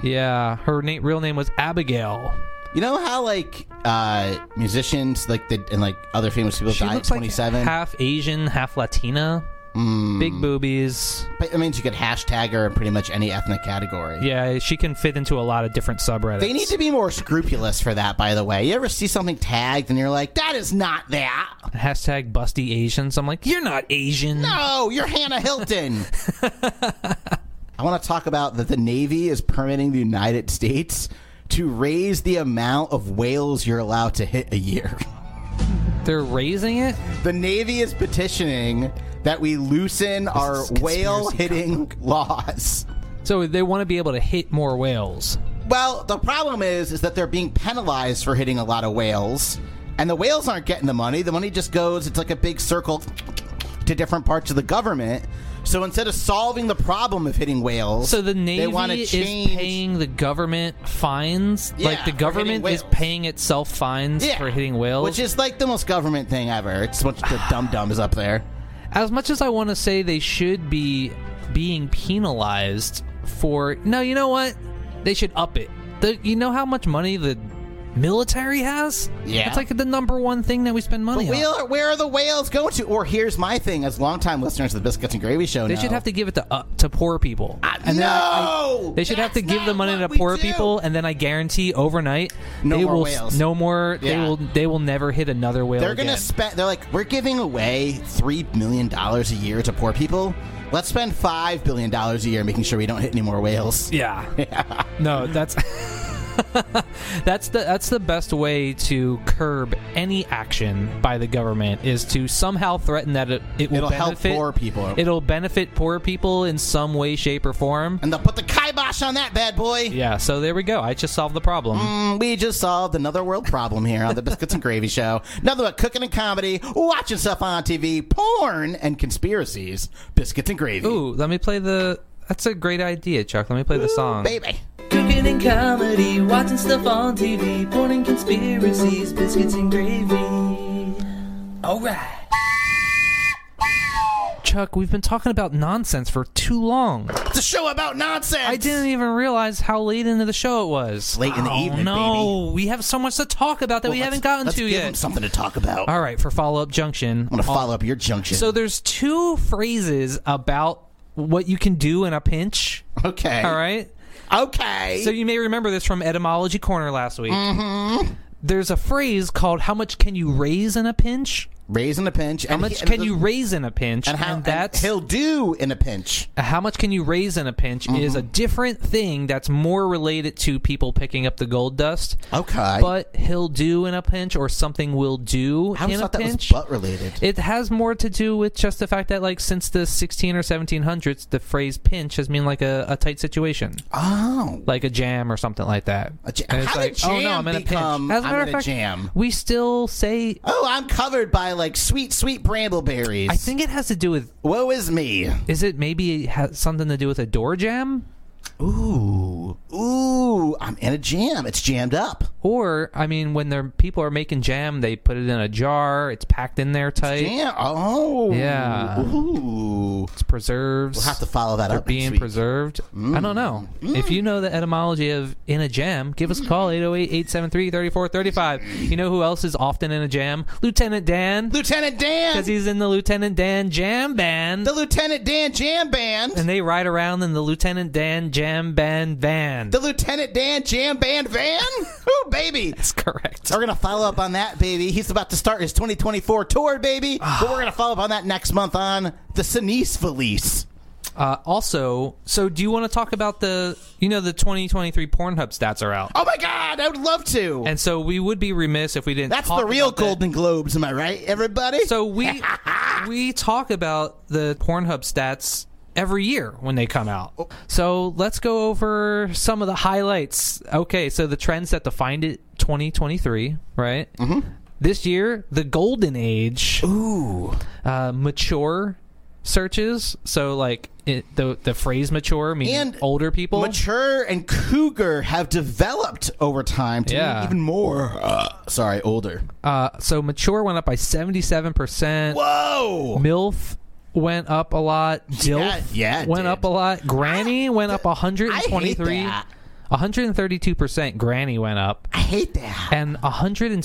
S3: Yeah, her na- real name was Abigail.
S5: You know how like uh musicians like the and like other famous people
S3: She
S5: die at
S3: looks like
S5: 27?
S3: half Asian, half Latina.
S5: Hmm.
S3: Big boobies.
S5: But that means you could hashtag her in pretty much any ethnic category.
S3: Yeah, she can fit into a lot of different subreddits.
S5: They need to be more scrupulous for that, by the way. You ever see something tagged and you're like, that is not that.
S3: hashtag busty Asians. I'm like, you're not Asian.
S5: No, you're Hannah Hilton. I want to talk about that the Navy is permitting the United States to raise the amount of whales you're allowed to hit a year.
S3: They're raising it.
S5: The Navy is petitioning that we loosen our
S3: is conspiracy
S5: whale hitting laws.
S3: So they want to be able to hit more whales.
S5: Well, the problem is is that they're being penalized for hitting a lot of whales, and the whales aren't getting the money. The money just goes it's like a big circle to different parts of the government. So instead of solving the problem of hitting whales,
S3: So the
S5: they want
S3: Navy
S5: to
S3: is
S5: change
S3: paying the government fines.
S5: Yeah,
S3: like the
S5: for
S3: government
S5: hitting
S3: is
S5: whales.
S3: paying itself fines
S5: Yeah.
S3: for hitting whales.
S5: which is like the most government thing ever. It's what the dum dums up there.
S3: as much as I want to say they should be being penalized for no, you know what? They should up it. The, you know how much money the military has.
S5: Yeah.
S3: that's like the number one thing that we spend money
S5: But
S3: on.
S5: wheel, where are the whales going to? Or here's my thing: as longtime listeners of the Biscuits and Gravy Show,
S3: They should have to give it to uh, to poor people. And then I-
S5: no!
S3: they should have to
S5: Ah, That's
S3: give the
S5: not
S3: money to
S5: what we
S3: poor
S5: do.
S3: people, and then I guarantee overnight
S5: No
S3: they
S5: more
S3: will
S5: whales.
S3: no more. They
S5: Yeah.
S3: will they will never hit another whale.
S5: They're gonna
S3: again.
S5: spend. They're like, we're giving away three million dollars a year to poor people. Let's spend five billion dollars a year making sure we don't hit any more whales.
S3: Yeah. No, that's that's the that's the best way to curb any action by the government is to somehow threaten that it, it will
S5: It'll help
S3: benefit
S5: poor people.
S3: It'll benefit poor people in some way, shape, or form.
S5: And they'll put the kibosh on that bad boy.
S3: Yeah. So there we go. I just solved the problem.
S5: Mm, We just solved another world problem here on the Biscuits and Gravy Show. Another one, cooking and comedy, watching stuff on TV, porn, and conspiracies. Biscuits and Gravy.
S3: Ooh, let me play the. That's a great idea, Chuck. Let me play the song.
S5: Baby.
S7: Cooking and comedy, watching stuff on TV, porn and conspiracies, biscuits and gravy. Alright.
S3: Chuck, we've been talking about nonsense for too long.
S5: It's a show about nonsense.
S3: I didn't even realize how late into the show it was.
S5: Late in the
S3: oh,
S5: evening,
S3: No, we have so much to talk about that we
S5: Well,
S3: haven't
S5: let's-
S3: gotten
S5: let's
S3: to
S5: give
S3: yet.
S5: them something to talk about.
S3: All right, for follow up junction.
S5: I'm going to follow up your junction.
S3: So there's two phrases about what you can do in a pinch.
S5: okay.
S3: All right.
S5: Okay.
S3: So you may remember this from etymology corner last week.
S5: Mm-hmm.
S3: There's a phrase called "How much can you raise in a pinch?"
S5: Raising a pinch.
S3: How much can you raise in a pinch?
S5: And how
S3: that's
S5: he'll do in a pinch.
S3: how much can you raise in a pinch
S5: Mm-hmm.
S3: is a different thing that's more related to people picking up the gold dust.
S5: Okay.
S3: But he'll do in a pinch or something will do
S5: I always
S3: in a
S5: thought that
S3: pinch.
S5: was butt related.
S3: it has more to do with just the fact that like since the 16 or 1700s the phrase pinch has been like a, a tight situation
S5: oh.
S3: like a jam or something like that
S5: A ja-
S3: And it's
S5: how did
S3: like oh no
S5: jam
S3: i'm in a pinch
S5: become,
S3: as a
S5: "I'm
S3: matter
S5: in
S3: of
S5: a
S3: fact
S5: jam"?
S3: we still say
S5: Oh, I'm covered by like sweet, sweet brambleberries.
S3: i think it has to do with
S5: Woe is me.
S3: is it maybe it has something to do with a door jam
S5: Ooh, ooh, I'm in a jam. It's jammed up.
S3: or i mean when their people are making jam they put it in a jar it's packed in there tight
S5: Jam. Oh,
S3: Yeah.
S5: Ooh,
S3: it's preserves
S5: we'll have to follow that
S3: they're
S5: up. next
S3: being
S5: week.
S3: preserved. I don't know.
S5: Mm.
S3: If you know the etymology of in a jam, give us a call 808-873-3435. You know who else is often in a jam? Lieutenant Dan.
S5: Lieutenant Dan,
S3: Because he's in the Lieutenant Dan Jam Band.
S5: the Lieutenant Dan Jam Band,
S3: and they ride around in the Lieutenant Dan Jam Band van.
S5: the Lieutenant Dan Jam Band van. ooh, baby.
S3: That's correct.
S5: We're gonna follow up on that, baby. He's about to start his 2024 tour, baby. but we're gonna follow up on that next month on the Sinise Felice.
S3: Uh, also, so do you want to talk about the, you know, the 2023 Pornhub stats are out.
S5: Oh my God, I would love to.
S3: And so we would be remiss if we didn't
S5: That's
S3: talk
S5: the real
S3: about that.
S5: Golden Globes, am I right, everybody?
S3: So we we talk about the Pornhub stats every year when they come out. So let's go over some of the highlights. Okay, so the trends that defined it 2023, right? Mm-hmm. This year, the golden age. Ooh, uh, mature searches. So like it, the the phrase mature means
S5: And
S3: older people.
S5: Mature and cougar have developed over time to
S3: Yeah.
S5: mean even more. Uh, sorry, older.
S3: Uh, so mature went up by 77 percent.
S5: Whoa!
S3: MILF went up a lot. DILF
S5: Yeah, yeah, it
S3: went
S5: did.
S3: up a lot. Granny went up 123.
S5: I hate that.
S3: 132% Granny went up.
S5: I hate that.
S3: And 168%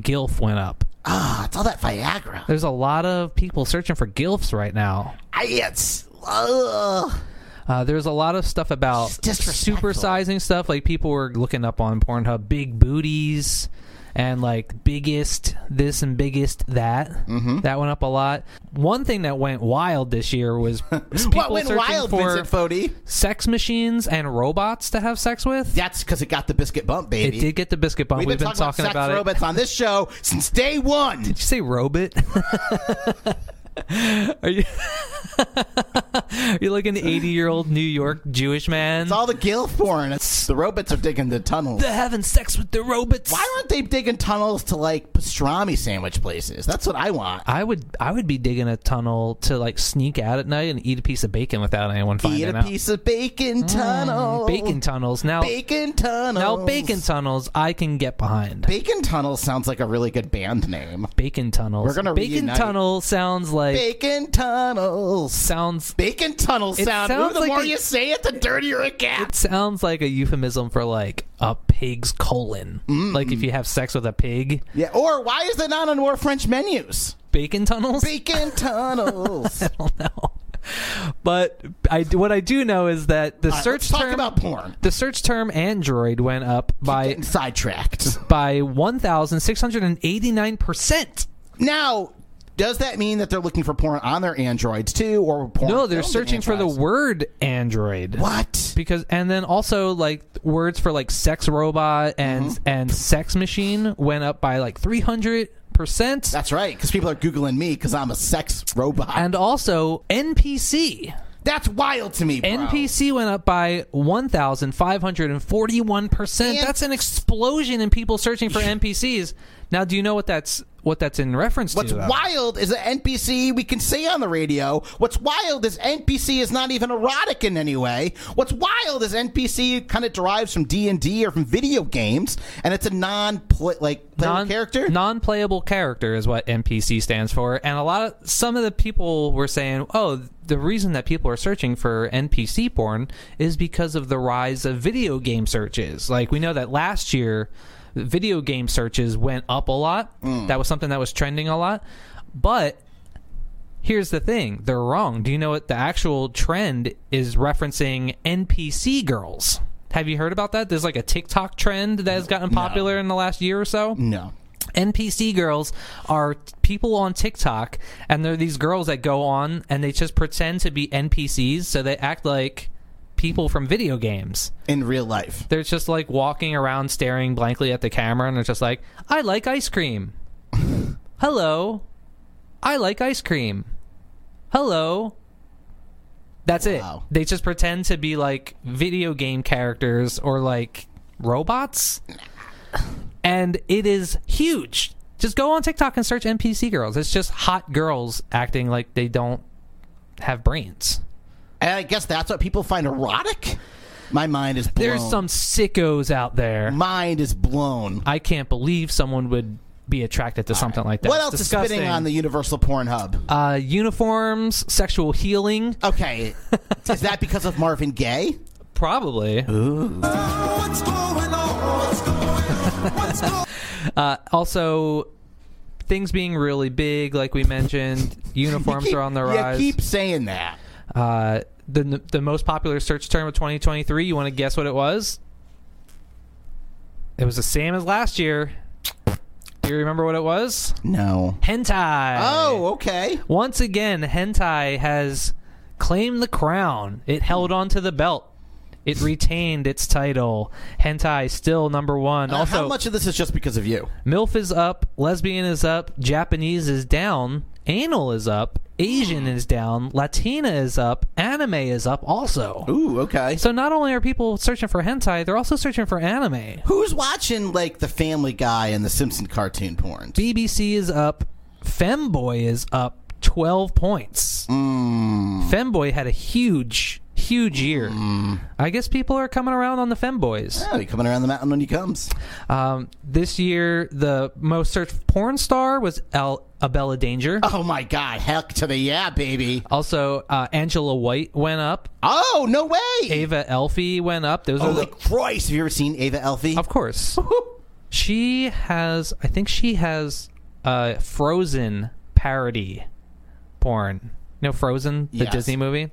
S3: GILF went up.
S5: Ah, it's all that Viagra.
S3: There's a lot of people searching for GILFs right now.
S5: I, it's. Ugh.
S3: Uh, there's a lot of stuff about
S5: It's disrespectful.
S3: supersizing stuff. Like people were looking up on Pornhub big booties and like biggest this and biggest that. Mm-hmm. That went up a lot. One thing that went wild this year was people
S5: What went
S3: searching
S5: wild,
S3: for
S5: Vincent Fodi?
S3: sex machines and robots to have sex with.
S5: That's because it got the biscuit bump,
S3: It
S5: baby.
S3: did get the biscuit bump.
S5: We've, been, talking, about, sex
S3: it.
S5: robots on this show since day one.
S3: Did you say robot? Are you? You're like an 80 year old New York Jewish man.
S5: It's all the gill porn. It's, the robots are digging the tunnels.
S3: They're having sex with the robots.
S5: Why aren't they digging tunnels to like pastrami sandwich places? That's what I want.
S3: I would I would be digging a tunnel to like sneak out at night and eat a piece of bacon without anyone finding
S5: Eat a
S3: out. Mm,
S5: piece of bacon tunnel.
S3: Bacon tunnels now.
S5: Bacon tunnels.
S3: Now bacon tunnels I can get behind.
S5: Bacon tunnel sounds like a really good band name.
S3: Bacon tunnels.
S5: We're gonna
S3: bacon
S5: reunite.
S3: tunnel sounds like
S5: Bacon tunnels.
S3: sounds
S5: Bacon tunnel
S3: It
S5: sound. Ooh,
S3: sounds
S5: the
S3: like
S5: more
S3: a-
S5: you say it, the dirtier it
S3: It
S5: gets.
S3: sounds like a euphemism for like a pig's colon.
S5: Mm.
S3: Like if you have sex with a pig,
S5: Yeah. Or why is it not on more French menus?
S3: bacon tunnels.
S5: Bacon tunnels.
S3: I don't know. But I what I do know is that the
S5: All right,
S3: search
S5: let's talk
S3: term
S5: about porn.
S3: the search term Android went up by
S5: Getting sidetracked.
S3: by one thousand six hundred and eighty nine percent.
S5: Now, does that mean that they're looking for porn on their androids too, or porn?
S3: No, they're
S5: filmed in
S3: searching for the
S5: Oh, androids?
S3: word Android.
S5: What?
S3: Because and then also like words for like sex robot and
S5: Mm-hmm.
S3: and sex machine went up by like three hundred percent.
S5: That's right, because people are googling me because I'm a sex robot.
S3: And also NPC.
S5: That's wild to me, bro.
S3: NPC went up by 1,541%.
S5: And-
S3: That's an explosion in people searching for NPCs. Now, do you know what that's what that's in reference
S5: What's
S3: to? though?
S5: wild is that NPC we can say on the radio. What's wild is NPC is not even erotic in any way. What's wild is NPC kind of derives from D and D or from video games, and it's a non like player
S3: Non-
S5: character.
S3: non-playable character is what NPC stands for, and a lot of some of the people were saying, "Oh, the reason that people are searching for NPC porn is because of the rise of video game searches." Like we know that last year, video game searches went up a lot. That was something that was trending a lot, but here's the thing: they're wrong. Do you know what the actual trend is referencing? NPC girls. Have you heard about that? There's like a TikTok trend that has gotten popular in the last year or so.
S5: no.
S3: NPC girls are t- people on TikTok, and they're these girls that go on and they just pretend to be NPCs, so they act like people from video games.
S5: In real life,
S3: They're just like walking around staring blankly at the camera, and they're just like, I like ice cream. Hello. I like ice cream. Hello. That's
S5: Wow.
S3: it. They just pretend to be like video game characters or like robots. And it is huge. Just go on TikTok and search NPC girls. It's just hot girls acting like they don't have brains.
S5: and I guess that's what people find erotic. My mind is blown.
S3: There's some sickos out there.
S5: mind is blown.
S3: I can't believe someone would be attracted to something like that.
S5: What
S3: It's
S5: else is
S3: disgusting.
S5: spinning on the Universal Porn Hub?
S3: uh, uniforms, sexual healing?
S5: Okay, is that because of Marvin Gaye?
S3: Probably. uh, also, things being really big, like we mentioned, uniforms are on the
S5: You
S3: rise.
S5: keep saying that.
S3: uh, the the most popular search term of 2023. You want to guess what it was? It was the same as last year. Do you remember what it was?
S5: No.
S3: Hentai.
S5: Oh, okay.
S3: Once again, hentai has claimed the crown. It held onto the belt. It retained its title. Hentai still number one.
S5: Now,
S3: also,
S5: Uh, how much of this is just because of you?
S3: MILF is up, lesbian is up, Japanese is down, anal is up, Asian is down, Latina is up, anime is up also.
S5: Ooh, okay.
S3: So not only are people searching for hentai, they're also searching for anime.
S5: Who's watching like the Family Guy and the Simpson cartoon porn?
S3: BBC is up. Femboy is up 12 points. Femboy had a huge, huge year. I guess people are coming around on the Femboys.
S5: Oh, he coming around the mountain when he comes.
S3: Um, this year, the most searched porn star was El- Abella Danger.
S5: Oh my God! Heck to the yeah, baby.
S3: Also, uh, Angela White went up.
S5: Oh no way!
S3: Ava Elfie went up. Those are
S5: Holy
S3: the,
S5: Christ! Oh, Have you ever seen Ava Elfie?
S3: of course. she has, I think she has a Frozen parody porn. No, Frozen, the
S5: Yes.
S3: Disney movie.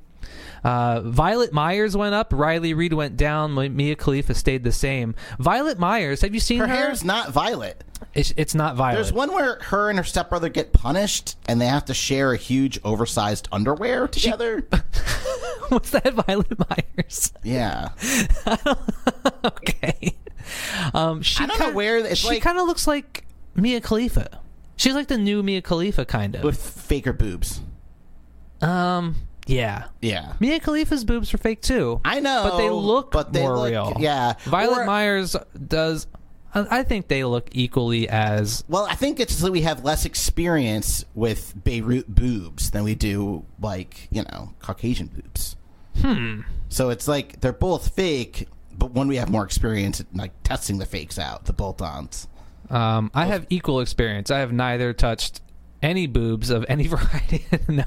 S3: Uh, Violet Myers went up. Riley Reed went down. Mi- Mia Khalifa stayed the same. Violet Myers, have you seen her?
S5: Her hair's not violet.
S3: It's, it's not Violet.
S5: There's one where her and her stepbrother get punished, and they have to share a huge, oversized underwear together.
S3: What's that, Violet Myers?
S5: yeah,
S3: okay. Um, she
S5: I don't
S3: kinda,
S5: know where it's
S3: she
S5: like-
S3: kind of looks like Mia Khalifa. She's like the new Mia Khalifa, kind of.
S5: with faker boobs.
S3: um, yeah.
S5: Yeah,
S3: Mia Khalifa's boobs are fake too.
S5: I know,
S3: but they look
S5: but they
S3: more
S5: look-
S3: real.
S5: yeah.
S3: Violet
S5: Or-
S3: Myers does. I I think they look equally as
S5: Well, I think it's just that we have less experience with Beirut boobs than we do, like, you know, Caucasian boobs. Hmm. So it's like they're both fake, but when we have more experience at, like, testing the fakes out, the bolt ons.
S3: Um, I have equal experience. I have neither touched any boobs of any variety. no.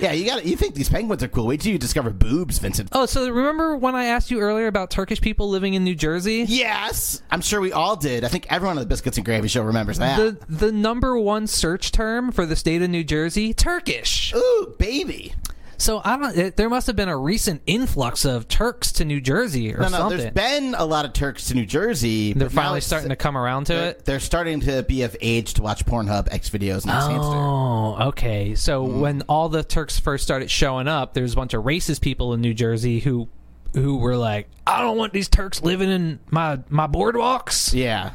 S5: Yeah, you got. You think these penguins are cool? Wait till you discover boobs, Vincent.
S3: Oh, so remember when I asked you earlier about Turkish people living in New Jersey?
S5: Yes, I'm sure we all did. I think everyone on the Biscuits and Gravy Show remembers that.
S3: The the number one search term for the state of New Jersey, Turkish.
S5: Ooh, baby.
S3: So I don't. It, there must have been a recent influx of Turks to New Jersey or
S5: No, no,
S3: something.
S5: there's been a lot of Turks to New Jersey.
S3: They're
S5: but now
S3: finally
S5: it's-
S3: starting to come around to
S5: They're,
S3: it.
S5: they're starting to be of age to watch Pornhub, X videos, and X Hamster.
S3: Oh, okay. So when all the Turks first started showing up, there was a bunch of racist people in New Jersey who who were like, "I don't want these Turks living in my my boardwalks,"
S5: Yeah,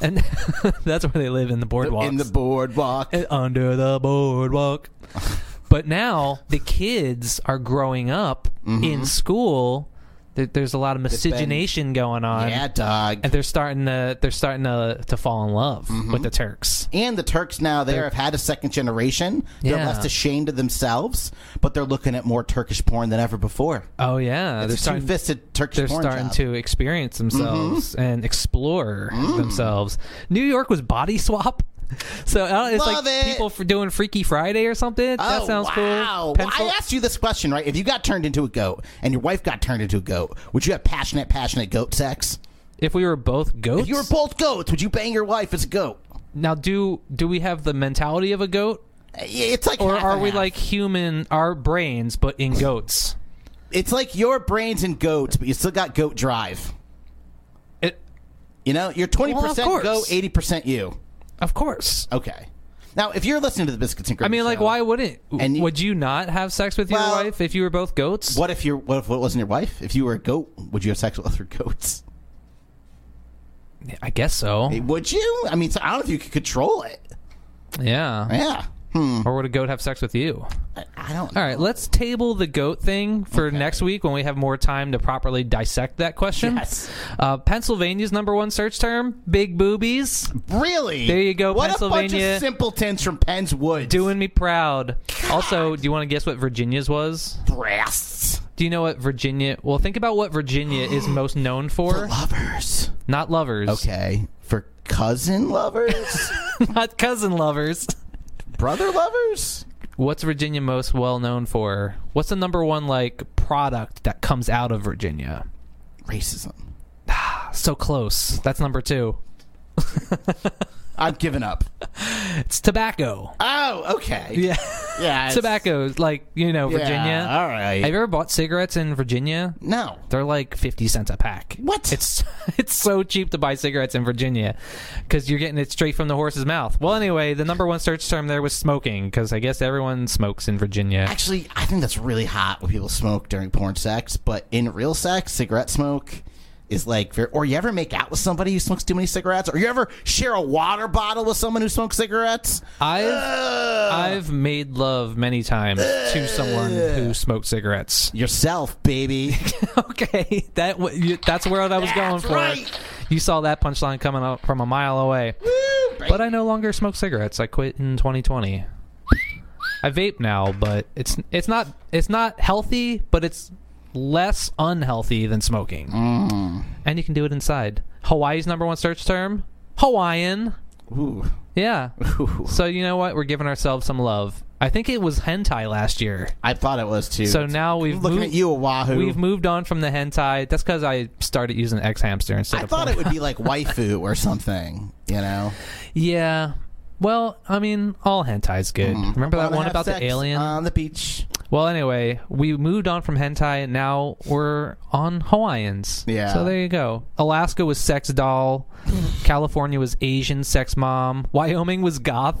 S3: and that's where they live in the boardwalks.
S5: in the boardwalk.
S3: And under the boardwalk. but now the kids are growing up in school. There- There's a lot of
S5: been-
S3: miscegenation going on,
S5: Yeah, dog.
S3: and they're starting to they're starting to to fall in love with the Turks.
S5: And the Turks now there have had a second generation. They're
S3: Yeah.
S5: less ashamed of themselves, but they're looking at more Turkish porn than ever before.
S3: Oh yeah, they're
S5: It's a
S3: starting
S5: two-fisted Turkish
S3: they're
S5: porn
S3: starting
S5: job. Mm-hmm.
S3: to experience themselves and explore
S5: Mm.
S3: themselves. New York was body swap. So I don't- it's
S5: Love
S3: like
S5: it.
S3: people for doing Freaky Friday or something. that
S5: Oh,
S3: sounds
S5: wow.
S3: cool.
S5: Well,
S3: Pencil-
S5: I asked you this question, right? If you got turned into a goat and your wife got turned into a goat, would you have passionate, passionate goat sex?
S3: if we were both goats,
S5: If you were both goats, would you bang your wife as a goat?
S3: Now, do do we have the mentality of a goat,
S5: Uh, yeah, It's like,
S3: or
S5: half
S3: are
S5: and
S3: we
S5: half.
S3: like human, our brains, but in goats?
S5: It's like your brains and goats, but you still got goat drive.
S3: It,
S5: You know, you're twenty percent
S3: course.
S5: goat, eighty percent you.
S3: of course.
S5: Okay. Now, if you're listening to the biscuits and
S3: I
S5: gravy,
S3: mean, like,
S5: Show,
S3: why wouldn't?
S5: And you-
S3: would you not have sex with your
S5: Well-
S3: wife if you were both goats?
S5: What if you're? What if it wasn't your wife? If you were a goat, would you have sex with other goats?
S3: I guess so.
S5: Would you? I mean, so I don't know if you could control it.
S3: Yeah.
S5: Yeah. Hmm.
S3: Or would a goat have sex with you?
S5: I, I don't.
S3: All right, let's table the goat thing for next week when we have more time to properly dissect that question.
S5: Yes.
S3: Uh, Pennsylvania's number one search term: big boobies.
S5: Really?
S3: There you go,
S5: What a bunch
S3: Pennsylvania.
S5: of simpletons from Penn's Woods
S3: Doing me proud. Also, do you want to guess what Virginia's was?
S5: breasts.
S3: Do you know what Virginia? Well, think about what Virginia is most known for.
S5: Lovers.
S3: Not lovers.
S5: Okay. For cousin lovers,
S3: Not cousin lovers.
S5: brother lovers.
S3: What's Virginia most well known for? What's the number one like product that comes out of Virginia?
S5: Racism.
S3: So close. That's number two.
S5: I've given up.
S3: It's tobacco.
S5: Oh, okay.
S3: Yeah.
S5: Yeah. it's-
S3: tobacco. Like you know,
S5: Yeah,
S3: Virginia.
S5: all right.
S3: Have you ever bought cigarettes in Virginia?
S5: no.
S3: They're like fifty cents a pack.
S5: What?
S3: It's it's so cheap to buy cigarettes in Virginia because you're getting it straight from the horse's mouth. Well, anyway, the number one search term there was smoking because I guess everyone smokes in Virginia.
S5: Actually, I think that's really hot when people smoke during porn sex, but in real sex, cigarette smoke is like, ver- or you ever make out with somebody who smokes too many cigarettes, or you ever share a water bottle with someone who smokes cigarettes.
S3: I've
S5: Ugh.
S3: I've made love many times to someone who smoked cigarettes.
S5: Yourself, baby.
S3: Okay, that w- you, that's where I was going
S5: That's
S3: for.
S5: right.
S3: You saw that punchline coming up from a mile away. But I no longer smoke cigarettes. I quit in 2020. I vape now, but it's it's not it's not healthy, but it's less unhealthy than smoking.
S5: Mm.
S3: And you can do it inside. Hawaii's number one search term: Hawaiian.
S5: Ooh.
S3: Yeah. So you know what? We're giving ourselves some love. I think it was hentai last year.
S5: I thought it was too.
S3: So now we've
S5: looking
S3: moved,
S5: at you, Oahu.
S3: We've moved on from the hentai. That's because I started using X hamster instead
S5: I
S3: of.
S5: thought
S3: porn.
S5: it would be like waifu or something, you know.
S3: Yeah. Well, I mean, all hentai's good. Remember that
S5: Wanna
S3: one
S5: Mm-hmm. have
S3: about the
S5: sex
S3: alien?
S5: on the beach.
S3: well, anyway, we moved on from hentai. and Now we're on Hawaiians.
S5: Yeah.
S3: So there you go. Alaska was sex doll. California was Asian sex mom. Wyoming was goth.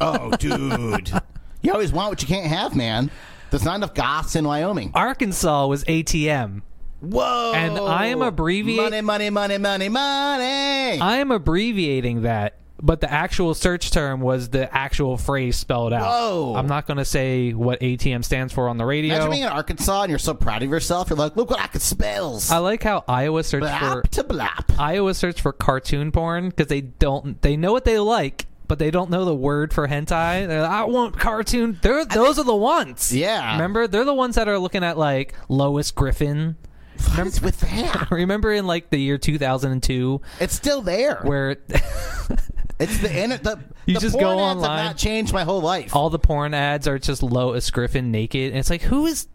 S5: Oh, dude, you always want what you can't have, man. There's not enough goths in Wyoming.
S3: Arkansas was ATM.
S5: Whoa!
S3: And I am abbreviate-
S5: Money, money, money, money, money.
S3: I am abbreviating that, but the actual search term was the actual phrase spelled out.
S5: Whoa.
S3: I'm not going to say what ATM stands for on the
S5: Imagine
S3: radio.
S5: being in Arkansas and you're so proud of yourself. You're like, look what I can spell.
S3: I like how Iowa searched Uh, for
S5: Blap to blap.
S3: Iowa searched for cartoon porn because they don't they know what they like, but they don't know the word for hentai. They're like, I want cartoon. They're, those are the ones.
S5: Yeah.
S3: Remember, they're the ones that are looking at like Lois Griffin.
S5: What is with that?
S3: Remember in like the year 2002
S5: It's still there.
S3: where
S5: It's the, in, the
S3: You
S5: the
S3: just
S5: porn
S3: go
S5: ads
S3: online.
S5: Have not changed my whole life.
S3: all the porn ads are just Lois Griffin naked, and it's like who is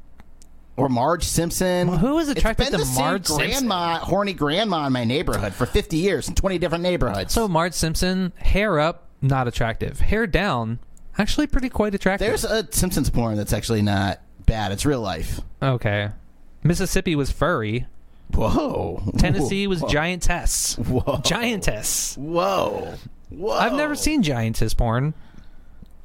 S5: or Marge Simpson.
S3: Who is attracted
S5: it's been
S3: to
S5: the same
S3: Marge Simpson?
S5: grandma, horny grandma in my neighborhood for 50 years in 20 different neighborhoods.
S3: so Marge Simpson? Hair up, not attractive. Hair down, actually pretty quite attractive.
S5: There's a Simpsons porn that's actually not bad. It's real life.
S3: okay. Mississippi was furry.
S5: Whoa.
S3: Tennessee was giantess.
S5: Whoa.
S3: Giantess.
S5: Whoa. Whoa.
S3: I've never seen giantess porn,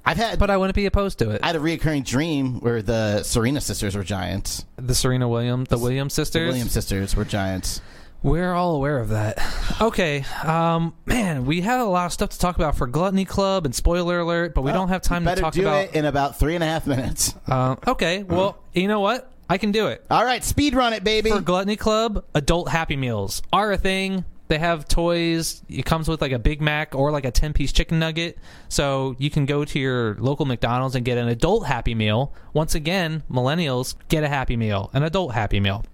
S5: I've had.
S3: but I wouldn't be opposed to it.
S5: I had a reoccurring dream where the Serena sisters were giants.
S3: the Serena Williams, the Williams
S5: The
S3: sisters.
S5: Williams sisters were giants.
S3: We're all aware of that. Okay, um, man, we had a lot of stuff to talk about for Gluttony Club and spoiler alert, but we don't have time to
S5: Better
S3: talk
S5: do
S3: about.
S5: it in about three and a half minutes.
S3: Uh, okay, well, you know what? I can do it.
S5: All right, speed run it, baby.
S3: For Gluttony Club, adult Happy Meals are a thing. They have toys. It comes with like a Big Mac or like a 10 piece chicken nugget. So you can go to your local McDonald's and get an adult Happy Meal. Once again, millennials get a Happy Meal, an adult Happy Meal.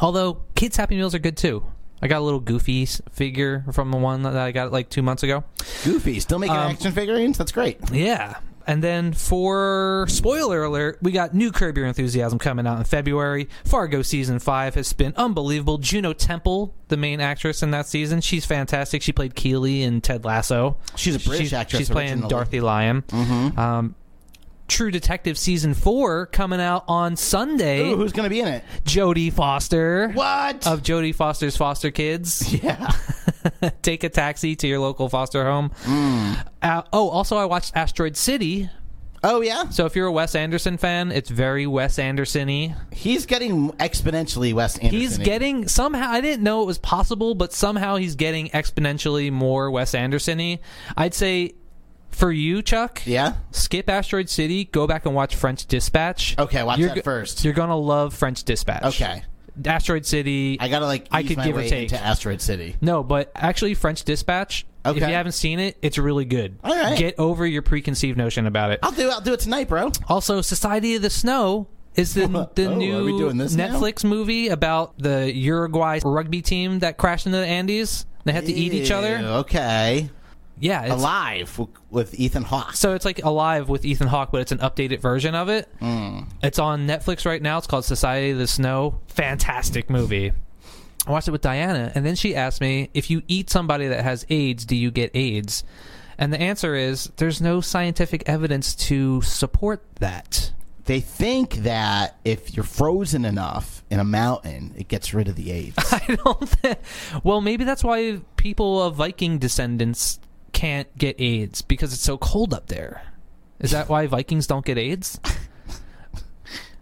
S3: Although kids' Happy Meals are good too. I got a little Goofy s- figure from the one that I got like two months ago.
S5: Goofy still making
S3: Um,
S5: action figurines. That's great.
S3: Yeah. And then for spoiler alert, we got new Curb Your Enthusiasm coming out in February. Fargo season five has been unbelievable. Juno Temple, the main actress in that season, she's fantastic. She played Keeley in Ted Lasso.
S5: She's a British actress
S3: She's playing
S5: originally. Mm-hmm.
S3: Dorothy Lyon. Um, True Detective season four coming out on Sunday.
S5: Ooh, who's going to be in it?
S3: Jodie Foster
S5: What?
S3: of Jodie Foster's Foster Kids.
S5: yeah.
S3: Take a taxi to your local foster home.
S5: Mm.
S3: Uh, oh, also I watched Asteroid City
S5: Oh yeah.
S3: So if you're a Wes Anderson fan, it's very Wes Anderson-y.
S5: He's getting exponentially Wes Anderson.
S3: He's getting somehow I didn't know it was possible, but somehow he's getting exponentially more Wes Anderson-y. I'd say for you, Chuck,
S5: Yeah.
S3: skip Asteroid City, go back and watch French Dispatch.
S5: Okay, watch
S3: You're
S5: that
S3: go-
S5: first.
S3: You're gonna love French Dispatch.
S5: Okay.
S3: Asteroid City.
S5: I gotta like.
S3: I
S5: ease
S3: could
S5: my
S3: give or
S5: way
S3: take.
S5: into Asteroid City.
S3: No, but actually, French Dispatch. If you
S5: Okay.
S3: haven't seen it, it's really good.
S5: All right.
S3: Get over your preconceived notion about it.
S5: I'll do. I'll do it tonight, bro.
S3: Also, Society of the Snow is the the
S5: Oh, are
S3: new
S5: we doing this now?
S3: Netflix movie about the Uruguay rugby team that crashed into the Andes. They had to eat each
S5: Ew,
S3: other.
S5: Okay.
S3: Yeah, it's,
S5: Alive w- with Ethan Hawke.
S3: so it's like Alive with Ethan Hawke, but it's an updated version of it.
S5: Hmm.
S3: It's on Netflix right now. It's called Society of the Snow. Fantastic movie. I watched it with Diana, and then she asked me, "If you eat somebody that has AIDS, do you get AIDS?" And the answer is, there's no scientific evidence to support that.
S5: they think that if you're frozen enough in a mountain, it gets rid of the AIDS.
S3: I don't. Think, well, maybe that's why people of Viking descendants can't get AIDS because it's so cold up there. Is that why Vikings don't get AIDS?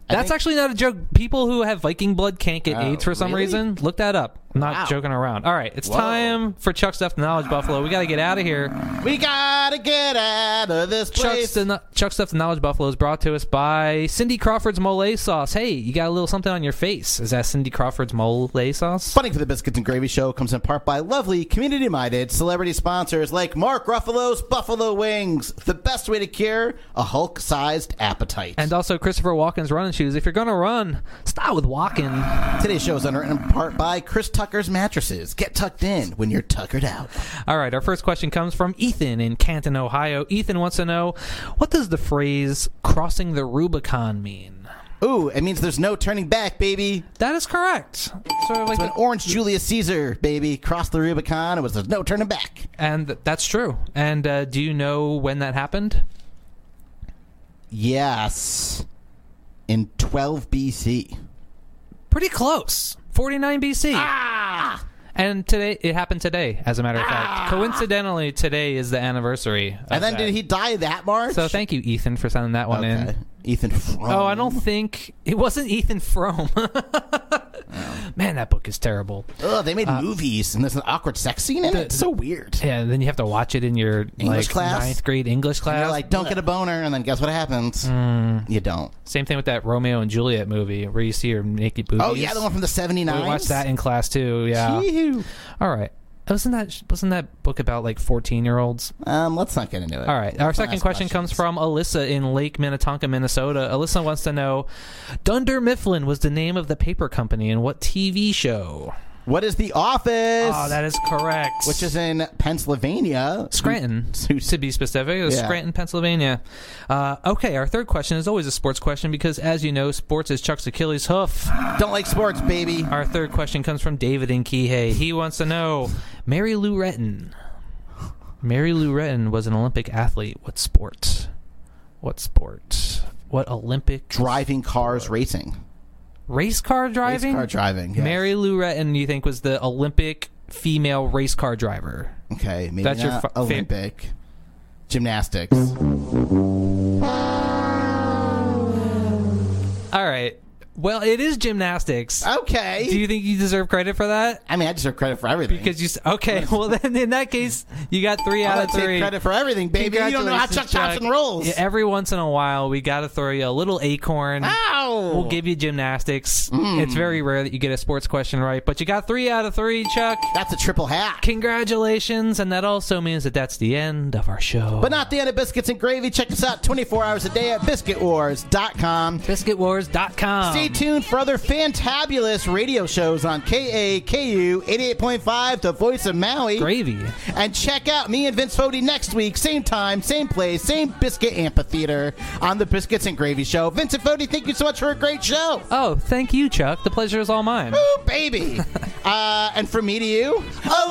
S3: That's
S5: think-
S3: actually not a joke. People who have Viking blood can't get
S5: Oh,
S3: AIDS for some
S5: really?
S3: reason. Look that up. I'm not
S5: Wow.
S3: joking around. All right, it's
S5: Whoa.
S3: time for Chuck's Stuff the Knowledge Buffalo. We got to get out of here.
S5: we gotta get out of this
S3: Chuck's
S5: place.
S3: the, Chuck Stuff the Knowledge Buffalo is brought to us by Cindy Crawford's Mole Sauce. Hey, you got a little something on your face. Is that Cindy Crawford's Mole Sauce?
S5: Funding for the Biscuits and Gravy Show comes in part by lovely, community minded celebrity sponsors like Mark Ruffalo's Buffalo Wings, the best way to cure a Hulk sized appetite.
S3: And uh, also Christopher Walken's running shoes. If you're gonna run, start with Walken.
S5: today's show is underwritten in part by Chris Tucker's Mattresses. Get tucked in when you're tuckered out.
S3: All right, our first question comes from Ethan in Canton, Ohio. Ethan wants to know what does the phrase "crossing the Rubicon" mean?
S5: Ooh, it means there's no turning back, baby.
S3: That is correct. Sort of like,
S5: When Orange Julius Caesar, baby, crossed the Rubicon, it was there's no turning back.
S3: and th- that's true. And uh, do you know when that happened?
S5: Yes. In 12 BC.
S3: Pretty close, 49 BC. Ah! And today, it happened today, as a matter of fact. Coincidentally, today is the anniversary. Of
S5: And then
S3: that.
S5: did he die that March?
S3: So thank you, Ethan, for sending that one in.
S5: Okay. Ethan Frome.
S3: Oh, I don't think it wasn't Ethan Frome.
S5: Oh.
S3: Man, that book is terrible.
S5: Ugh, they made movies and there's an awkward sex scene in it. It's so weird.
S3: Uh, Yeah, and then you have to watch it in your
S5: English
S3: like,
S5: class?
S3: ninth grade English class.
S5: You're like, don't get a boner, and then guess what happens?
S3: Mm.
S5: You don't.
S3: Same thing with that Romeo and Juliet movie where you see her naked boobies.
S5: Oh yeah, the one from the
S3: we
S5: 79s.
S3: watched that uh, in class too. Yeah.
S5: Yee-hoo.
S3: All right. Wasn't that wasn't that book about like fourteen year olds?
S5: Um, let's not get into it.
S3: All right. Our second question comes from Alyssa in Lake Minnetonka, Minnesota. Alyssa wants to know, Dunder Mifflin was the name of the paper company in what TV show?
S5: What is The Office?
S3: Oh, that is correct.
S5: which is in Pennsylvania.
S3: Scranton, to be specific. It was
S5: Yeah.
S3: Scranton, Pennsylvania. Uh, okay, our third question is always a sports question because, as you know, sports is Chuck's Achilles hoof.
S5: Don't like sports, baby.
S3: Our third question comes from David in Kihei. He wants to know Mary Lou Retton. Mary Lou Retton was an Olympic athlete. What sport? What sport? What Olympic
S5: Driving cars, racing,
S3: race car
S5: Race
S3: driving?
S5: car driving. yes.
S3: Mary Lou Retton, you think, was the Olympic female race car driver?
S5: Okay, maybe
S3: That's your
S5: not
S3: fa- fa-
S5: Olympic gymnastics.
S3: All right. Well, it is gymnastics.
S5: Okay.
S3: Do you think you deserve credit for that?
S5: I mean, I deserve credit for everything.
S3: Because you s- okay. Well, then in that case, you got three
S5: I
S3: out of three.
S5: take credit for everything, baby. You don't know how Chuck
S3: Congratulations,
S5: Thompson rolls.
S3: Yeah, every once in a while, we got to throw you a little acorn.
S5: Ah! Ow!
S3: We'll give you gymnastics.
S5: Mm.
S3: It's very rare that you get a sports question right, but you got three out of three, Chuck.
S5: That's a triple hat.
S3: Congratulations, and that also means that that's the end of our show.
S5: But not the end of biscuits and gravy. Check us out 24 hours a day at biscuitwars.com.
S3: BiscuitWars.com.
S5: Stay tuned for other fantabulous radio shows on KAKU 88.5, The Voice of Maui.
S3: Gravy.
S5: And check out me and Vince Fodi next week, same time, same place, same Biscuit Amphitheater on the Biscuits and Gravy Show. Vincent Fodi, thank you so much for a great show.
S3: Oh, thank you, Chuck. The pleasure is all mine.
S5: Ooh, baby. uh, and from me to you,